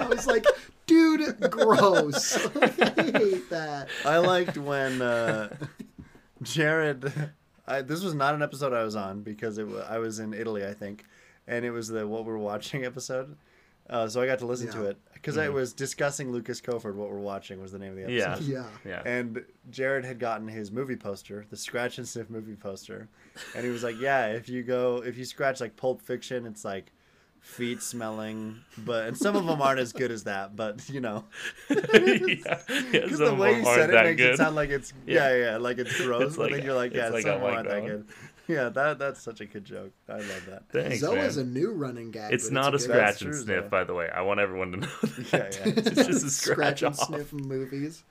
C: I was like, "Dude, gross! I hate that."
B: I liked when uh, Jared. I, this was not an episode I was on because it wa- I was in Italy, I think, and it was the what we're watching episode. Uh, so I got to listen to
C: Yeah.
B: it because I was discussing Lucas Koford. What we're watching was the name of the episode.
A: Mm-hmm. Yeah.
C: Yeah.
A: Yeah.
B: And Jared had gotten his movie poster, the scratch and sniff movie poster, and he was like, "Yeah, if you go, if you scratch like Pulp Fiction, it's like feet smelling, but and some of them aren't as good as that, but you know,
A: yeah, yeah,
B: because
A: some
B: the
A: of
B: way
A: them aren't
B: you said it
A: that
B: makes
A: good.
B: it sound like it's yeah,
A: Yeah.
B: yeah, like it's gross,
A: It's
B: but
A: like
B: then
A: a-
B: you're like,
A: it's
B: yeah,
A: like
B: some
A: I
B: of them
A: like
B: aren't
A: that
B: that good. Yeah, that that's such a good joke. I love that.
A: Thanks,
C: Zoa's
A: man.
C: a new running gag.
A: It's
C: but
A: not
C: it's
A: a
C: good.
A: scratch
B: That's
A: and
B: true,
A: sniff,
B: though.
A: by the way. I want everyone to know. That.
B: Yeah, yeah.
A: it's just a scratch,
C: scratch and
A: off.
C: sniff movies.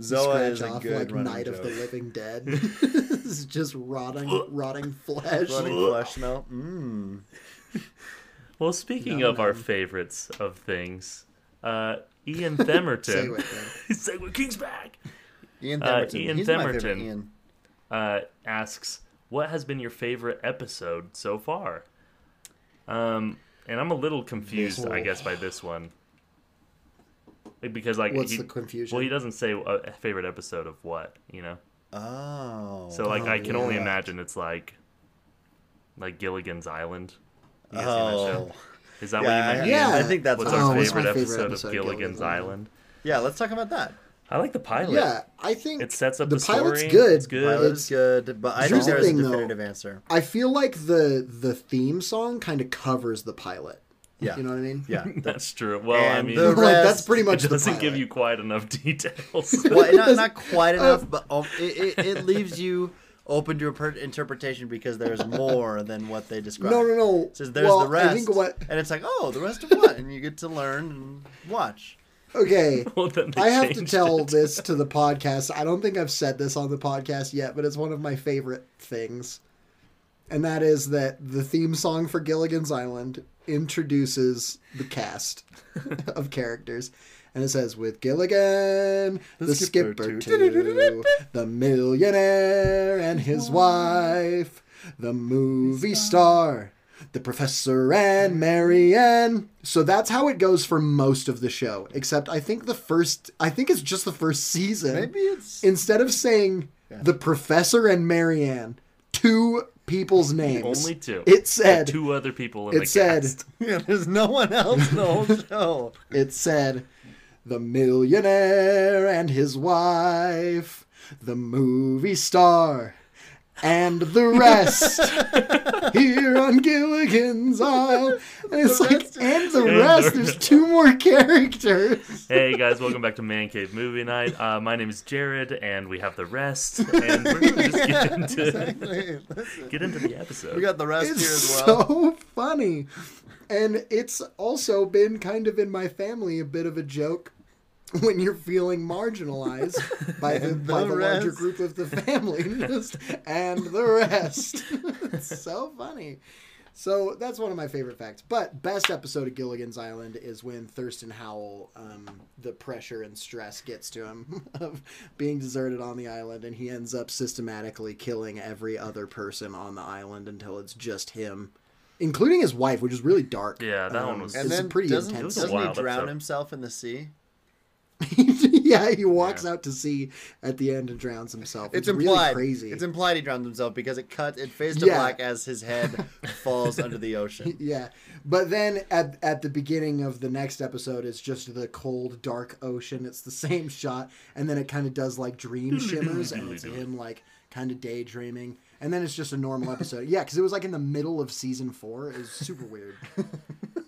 B: Zoa
C: scratch
B: is a
C: off
B: good
C: like
B: running
C: Night of the
B: joke.
C: Living Dead. this is just rotting, rotting flesh.
B: running flesh smell. Mmm.
A: Well, speaking
C: No,
A: of our favorites of things, uh, Ian Themerton.
C: Segway King.
A: He's Segway King's back.
B: Ian
A: Uh,
B: Themerton.
A: Ian
B: He's my favorite
A: Themerton.
B: Ian.
A: Uh, asks, "What has been your favorite episode so far?" Um, and I'm a little confused, I guess, by this one. Like, Because like,
C: What's
A: he-
C: the confusion?
A: Well, he doesn't say a favorite episode of what, you know.
B: Oh.
A: So like,
C: Oh,
A: I can only
C: yeah.
A: imagine it's like, like Gilligan's Island. You guys seen that show?
B: Oh.
A: Is that
B: Yeah,
A: what you meant?
C: yeah.
A: Ian?
C: Yeah.
B: I think that's
A: What's
B: what
A: our
C: Oh,
B: it's
C: what's
A: favorite,
C: my favorite
A: episode,
C: episode
A: of
C: of
A: Gilligan's,
C: Gilligan's
A: Island?
C: Island?
B: Yeah, let's talk about that.
A: I like the pilot.
C: Yeah, I think
A: It sets up the,
C: the pilot's
A: story.
C: good.
A: It's good.
B: Pilot is good, but I think
C: Here's the
B: there is a
C: thing, though.
B: definitive answer.
C: I feel like the the theme song kind of covers the pilot.
B: Yeah.
C: You know what I mean?
B: Yeah. The-
A: That's true. Well, I
B: And
A: mean,
B: the
C: Like, that's
B: rest-
C: pretty
A: it
C: much the
A: doesn't give
C: pilot.
A: you quite enough details.
B: well, not, not quite
C: uh,
B: enough, but um, it, it, it leaves you open to per- interpretation because there's more than what they describe.
C: No, no, no.
B: It says there's
C: Well,
B: the rest,
C: I think what.
B: and it's like, oh, the rest of what? And you get to learn and watch.
C: Okay.
A: Well, then they
C: I have to
A: changed
C: tell
A: it.
C: this to the podcast. I don't think I've said this on the podcast yet, but it's one of my favorite things. And that is that the theme song for Gilligan's Island introduces the cast of characters. And it says, with Gilligan, the,
B: skipper
C: skipper,
B: too.
C: too, the millionaire and his wife, the movie star, the professor and Marianne. So that's how it goes for most of the show, except I think the first, I think it's just the first season.
B: Maybe it's
C: Instead of saying the professor and Marianne, two people's names.
A: Only two.
C: It said,
A: The two other people in the
C: it said,
A: cast.
B: yeah, there's no one else in the whole show.
C: it said, the millionaire and his wife, the movie star, and the rest here on Gilligan's Isle. And it's like,
B: rest-
C: and the
A: And the
C: rest, there's
A: rest.
C: two more characters.
A: Hey guys, welcome back to Man Cave Movie Night. Uh, my name is Jared, and we have the rest, and we're gonna just get into
B: Exactly. Listen,
A: get into the episode.
B: we got the rest
C: It's
B: here as well.
C: so funny. And it's also been kind of in my family a bit of a joke when you're feeling marginalized by the,
B: And
C: by
B: the
C: the larger
B: rest.
C: group of the family. Just, and the rest. it's so funny. So that's one of my favorite facts. But best episode of Gilligan's Island is when Thurston Howell, um, the pressure and stress gets to him of being deserted on the island, and he ends up systematically killing every other person on the island until it's just him, including his wife, which is really dark. Um,
A: Yeah, that one was-
B: and
C: it's
B: then
C: a pretty
B: doesn't,
C: intense.
A: It was
B: doesn't
A: a wild
B: he drown
A: episode.
B: himself in the sea?
C: yeah, he walks
A: Yeah.
C: out to sea at the end and drowns himself.
B: It's,
C: It's,
B: implied.
C: really crazy.
B: It's implied he drowned himself because it cut it fades to
C: Yeah.
B: black as his head falls under the ocean.
C: yeah, but then at at the beginning of the next episode, it's just the cold, dark ocean. It's the same shot, and then it kind of does like dream shimmers, and it's him like kind of daydreaming, and then it's just a normal episode. Yeah, because it was like in the middle of season four. It was super weird.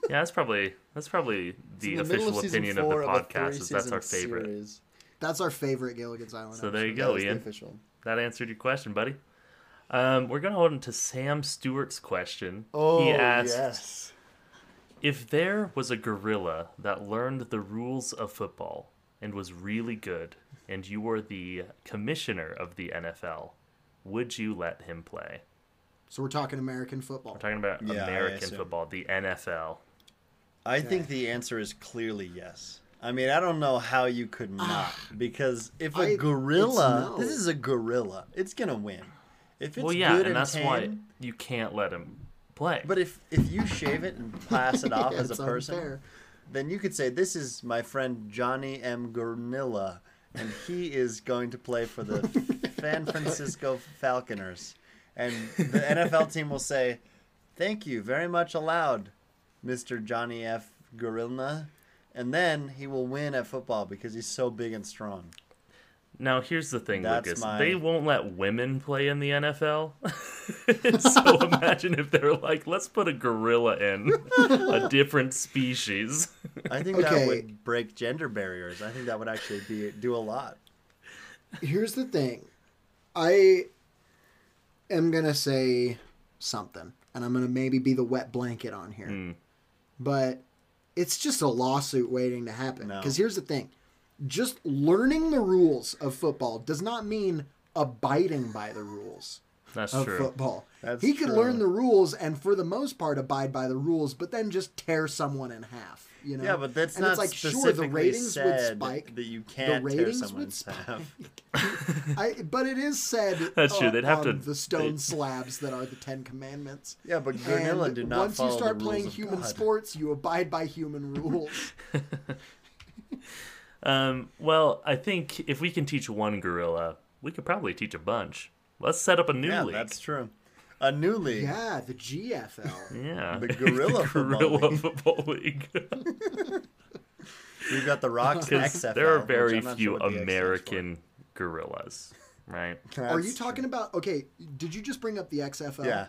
A: Yeah, that's probably that's probably the,
B: In middle
A: official
B: of season
A: opinion of the
B: four a
A: podcast. is that's
B: three-season
A: our favorite.
B: series.
C: That's our favorite Gilligan's Island.
A: So there you
C: episode.
A: go,
B: That was the
A: Ian.
B: official.
A: That answered your question, buddy. Um, we're gonna hold on to Sam Stewart's question.
B: Oh
A: he asked
B: yes.
A: if there was a gorilla that learned the rules of football and was really good, and you were the commissioner of the NFL, would you let him play?
C: So we're talking American football.
A: We're talking about
B: Yeah, I
A: American
B: assume.
A: football, the NFL.
B: I think the answer is clearly yes. I mean, I don't know how you could not because if a
C: I- it's
B: gorilla,
C: no.
B: this is a gorilla, it's gonna win. If it's
A: well, yeah,
B: good
A: and that's
B: tame,
A: why you can't let him play.
B: But if if you shave it and pass it off
C: Yeah,
B: as a
C: it's
B: person,
C: unfair.
B: then you could say this is my friend Johnny M. Gornilla, and he is going to play for the San Francisco Falconers. And the NFL team will say, "Thank you very much, aloud, Mister Johnny F. Gorilla." And then he will win at football because he's so big and strong.
A: Now here's the thing,
B: That's
A: Lucas.
B: my-
A: They won't let women play in the NFL. so imagine if they're like, let's put a gorilla in a different species.
B: I think
C: Okay.
B: that would break gender barriers. I think that would actually be do a lot.
C: Here's the thing. I am going to say something, and I'm going to maybe be the wet blanket on here.
B: Hmm.
C: But it's just a lawsuit waiting to happen.
B: No.
C: Because here's the thing just learning the rules of football does not mean abiding by the rules
A: That's
C: of
A: true.
C: football.
B: That's
C: he could
B: true.
C: learn the rules and, for the most part, abide by the rules, but then just tear someone in half. You know?
B: Yeah, but that's
C: and
B: not
C: it's like,
B: specifically
C: sure, the ratings
B: said
C: would spike.
B: that you can't tear
C: ratings would
B: someone's half.
C: I, but it is said
A: That's true,
C: on-
A: they'd have to-
C: on the stone
A: they-
C: slabs that are the Ten Commandments.
B: Yeah, but Gornilla
C: And
B: did not
C: once
B: follow
C: you start
B: the rules
C: playing
B: of
C: human
B: God.
C: sports, you abide by human rules.
A: Um, well, I think if we can teach one gorilla, we could probably teach a bunch. Let's set up a new
B: Yeah,
A: league.
B: that's true. A new league.
C: yeah, the GFL.
A: Yeah,
B: The gorilla football
A: gorilla
B: league.
A: football league.
B: We've got the Rocks
A: Because
B: XFL.
A: there are
B: which
A: very
B: I'm not
A: few
B: sure what the X stands for.
A: American gorillas, right?
C: Are you
B: That's
C: talking about? Okay, did you just bring up the XFL?
B: true. Yeah.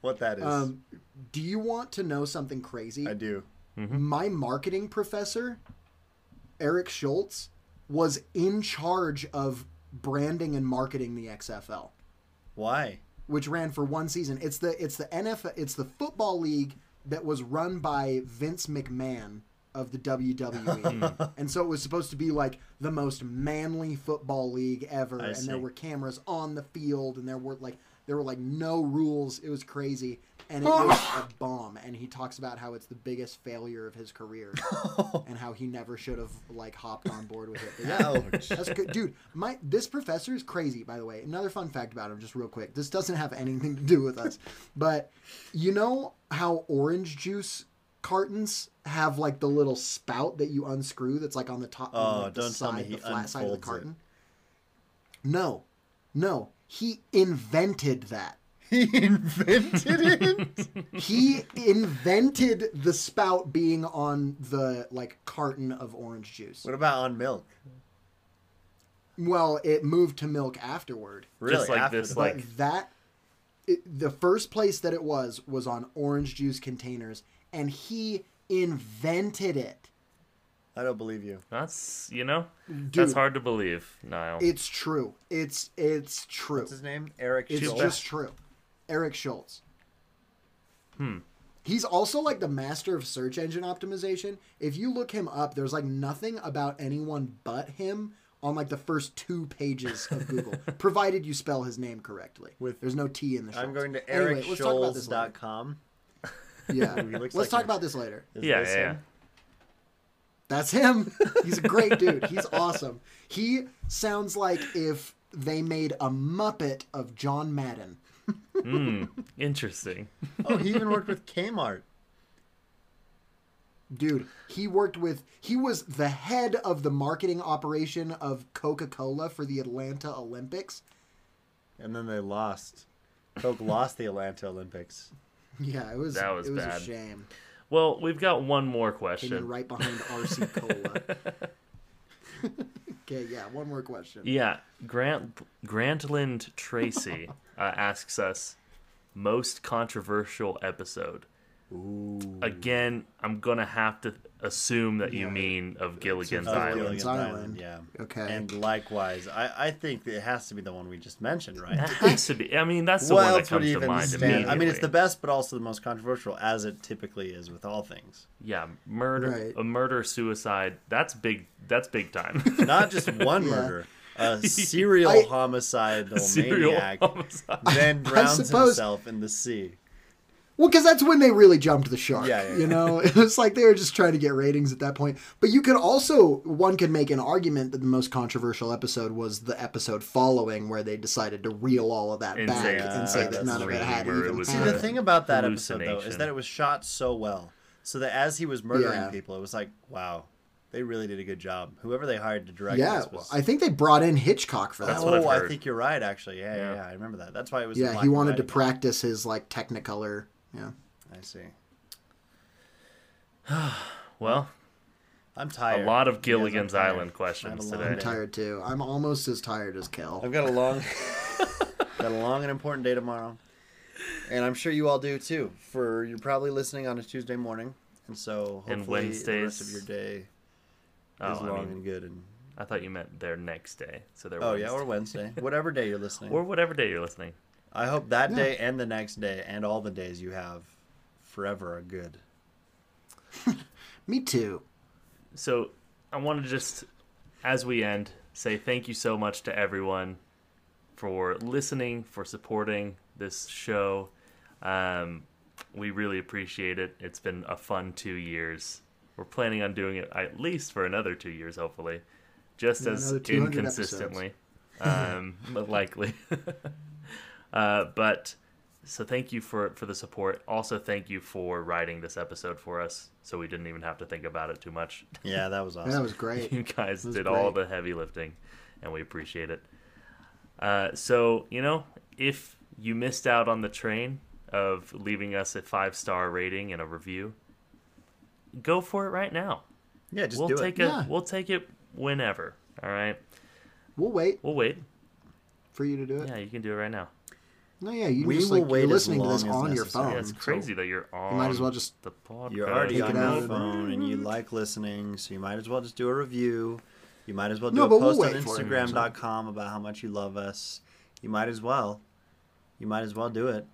B: What that is.
C: Um, do you want to know something crazy?
B: I do.
A: Mm-hmm.
C: my marketing professor, Eric Schultz, was in charge of branding and marketing the XFL
B: Why?
C: which ran for one season. It's the it's the NFL it's the football league that was run by Vince McMahon of the
B: Hmm.
C: WWE. and so it was supposed to be like the most manly football league ever
B: I
C: and there
B: see.
C: were cameras on the field and there were like there were like no rules. It was crazy and it
B: Oh.
C: was a bomb and he talks about how it's the biggest failure of his career and how he never should have like hopped on board with it. But yeah, oh,
B: Ouch.
C: that's good, dude. My this professor is crazy, by the way. Another fun fact about him, just real quick. This doesn't have anything to do with us, but you know how orange juice cartons have like the little spout that you unscrew that's like on the top, on,
B: Oh,
C: like, the
B: don't tell me
C: side,
B: he
C: the flat side of the
B: unfolds it.
C: carton. No, no, he invented that.
B: He invented it.
C: He invented the spout being on the like carton of orange juice.
B: what about on milk?
C: Well, it moved to milk afterward.
B: Really?
A: like
B: after
A: this,
B: the
A: like-
B: fact.
C: But that it, the first place that it was was on orange juice containers and he invented it
B: I don't believe you.
A: That's you know,
C: Dude.
A: that's hard to believe, Niall.
C: it's true it's it's true
B: What's his name? Eric
C: it's
B: Schultz.
C: just true eric schultz hmm he's also like the master of search engine optimization if you look him up there's like nothing about anyone but him on like the first two pages of google provided you spell his name correctly
B: With-
C: there's no t in the
B: I'm
C: Schultz.
B: going to
C: Anyway, let's talk about this later.
B: ericschulz.com.
C: Yeah.
B: looks
C: Let's
B: like
C: talk
B: a-
C: about this later.
B: Is
A: yeah, yeah,
B: this
A: yeah.
B: him?
C: That's him. He's a great dude. He's awesome. He sounds like if they made a Muppet of John Madden.
A: Interesting.
B: Oh, he even worked with Kmart.
C: Dude, he worked with, he was the head of the marketing operation of Coca Cola for the Atlanta Olympics.
B: And then they lost. Coke lost the Atlanta Olympics.
C: Yeah, it was,
A: That was
C: it was
A: bad.
C: a shame.
A: Well, we've got one more
C: Came in
A: question.
C: right behind RC Cola. okay, yeah, one more question.
A: Yeah, Grant Grantland Tracy uh, asks us most controversial episode.
B: Ooh.
A: Again, I'm gonna have to assume that you mean of Gilligan's
B: Oh,
A: Island.
B: Gilligan's
C: Island.
B: Island, yeah.
C: Okay.
B: And likewise, I, I think it has to be the one we just mentioned, right?
A: That has to be. I mean, that's the
B: what
A: one that
B: else would
A: comes to
B: even
A: mind
B: stand? I mean, it's
A: immediately.
B: the best, but also the most controversial, as it typically is with all things.
A: Yeah, murder,
C: Right.
A: a murder, suicide. That's big. That's big time.
B: Not just one murder, a serial
C: I-
B: homicidal
A: Serial
B: maniac
A: homicide.
B: then drowns
C: suppose-
B: himself in the sea.
C: Well, because that's when they really jumped the shark.
B: Yeah, yeah, yeah.
C: You know, it was like they were just trying to get ratings at that point. But you could also, one could make an argument that the most controversial episode was the episode following where they decided to reel all of that
A: And
C: back
A: say
C: and
B: it's
C: say
B: like
C: that
B: this
C: none of it had
A: dream or it
C: even
A: was
B: See,
A: Uh,
B: the
C: happened.
B: thing about that episode though is
A: hallucination.
B: that it was shot so well, so that as he was murdering
C: Yeah.
B: people, it was like, wow, they really did a good job. Whoever they hired to direct
C: Yeah,
B: this was.
C: I think they brought in Hitchcock for that.
A: That's
C: one.
A: what I've
B: oh, I
A: heard.
B: think you're right. Actually, yeah, yeah,
A: Yeah.
B: yeah, I remember that. That's why it was. in
C: Yeah,
B: black
C: he
B: and
C: wanted to
B: white.
C: practice his like Technicolor. Yeah.
B: I see.
A: well,
B: I'm
A: a
B: tired.
A: lot
B: Yes,
A: of
B: I'm
A: Gilligan's
B: tired.
A: Island questions
B: I had
A: today.
B: a long
C: I'm
B: Yeah.
C: tired too. I'm almost as tired as
B: I've
C: Kel.
B: got a long, got a long and important day tomorrow, and I'm sure you all do too. For you're probably listening on a Tuesday morning, and so hopefully
A: And
B: the rest of
A: Wednesdays.
B: your day is
A: Oh,
B: long
A: I mean,
B: and good. And
A: I thought you meant their next day. So they're
B: oh
A: Wednesday.
B: yeah, or Wednesday, whatever day you're listening.
A: or whatever day you're listening.
B: I hope that
C: Yeah.
B: day and the next day and all the days you have forever are good.
C: Me too.
A: So I want to just, as we end, say thank you so much to everyone for listening, for supporting this show. Um, we really appreciate it. It's been a fun two years. We're planning on doing it at least for another two years, hopefully, just
C: Yeah,
A: as
C: another 200
A: inconsistently, um, but likely. uh, but so thank you for for the support. Also, thank you for writing this episode for us, so we didn't even have to think about it too much.
B: Yeah, that was awesome.
C: That was great.
A: You guys
C: was
A: did all
C: great.
A: the heavy lifting, and we appreciate it. Uh, so, you know, if you missed out on the train of leaving us a five star rating and a review, go for it right now.
B: yeah, just
A: we'll
B: do
A: take
B: it.
A: it.
C: Yeah.
A: We'll take it whenever. All right,
C: We'll wait
A: we'll wait.
C: for you to do it.
A: Yeah, you can do it right now.
C: No, yeah, you
B: We
C: just
B: will
C: like
B: wait
C: you're
B: as
C: listening to
B: long
C: this
B: as
C: on your
B: necessary.
C: phone.
A: Yeah, it's
C: Oh, so
A: crazy that you're on.
C: might as well just-
A: the podcast.
B: You're already
C: Take
B: on
C: it out
B: your
C: of-
B: phone and you like listening, so you might as well just do a review. You might as well do
C: No,
B: a
C: but we'll
B: post on
C: wait for it.
B: Instagram.com about how much you love us. You might as well. You might as well do it.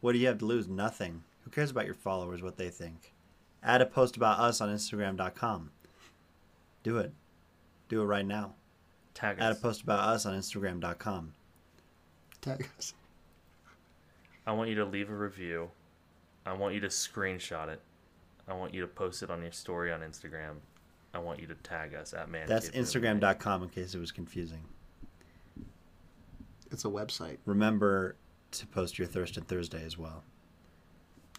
B: What do you have to lose? Nothing. Who cares about your followers, what they think? Add a post about us on Instagram.com. Do it. Do it right now.
A: Tag
B: Add a
A: us.
B: post about us on Instagram.com.
C: tag us.
A: I want you to leave a review. I want you to screenshot it. I want you to post it on your story on Instagram. I want you to tag us at man.
B: That's
A: Cave Movie.
B: Instagram.com in case it was confusing.
C: It's a website.
B: Remember to post your Thurston Thursday as well.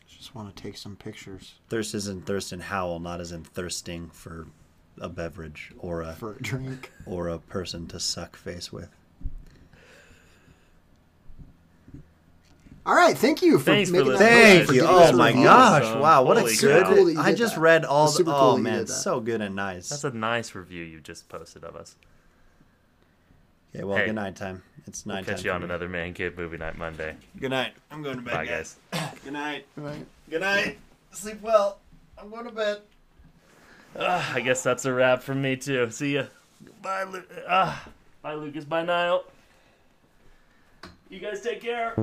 C: Just want to take some pictures
B: Thirst is in thirst and howl, not as in thirsting for a beverage or a
C: for a drink.
B: or a person to suck face with.
C: All right, thank you for
A: Thanks for
C: making that.
A: listening.
C: noise
B: Thank
A: Thank
C: for
B: you!
A: you.
C: giving us
B: Oh
C: a
B: my
C: review.
B: gosh!
A: Awesome.
B: Wow, what
A: Holy
B: a
A: cow.
B: good!
A: Super cool
C: that you
B: I
C: did
B: just
C: that.
B: read all.
C: It's
B: The,
C: super cool
B: oh
C: that you
B: man,
C: did that.
B: so good and nice.
A: That's a nice review you just posted of us.
B: okay, well,
A: Hey.
B: good night time. It's nine.
A: Catch
B: time
A: you
B: for
A: on
B: me.
A: another Man Cave Movie Night Monday.
B: Good night. I'm going to bed.
A: Bye, guys.
B: guys. Good night.
C: Right.
B: Good night. Sleep well. I'm going to bed.
A: Ah, I guess that's a wrap from me too. See ya. Bye, Lu- ah, bye, Lucas. Bye, Niall. You guys take care.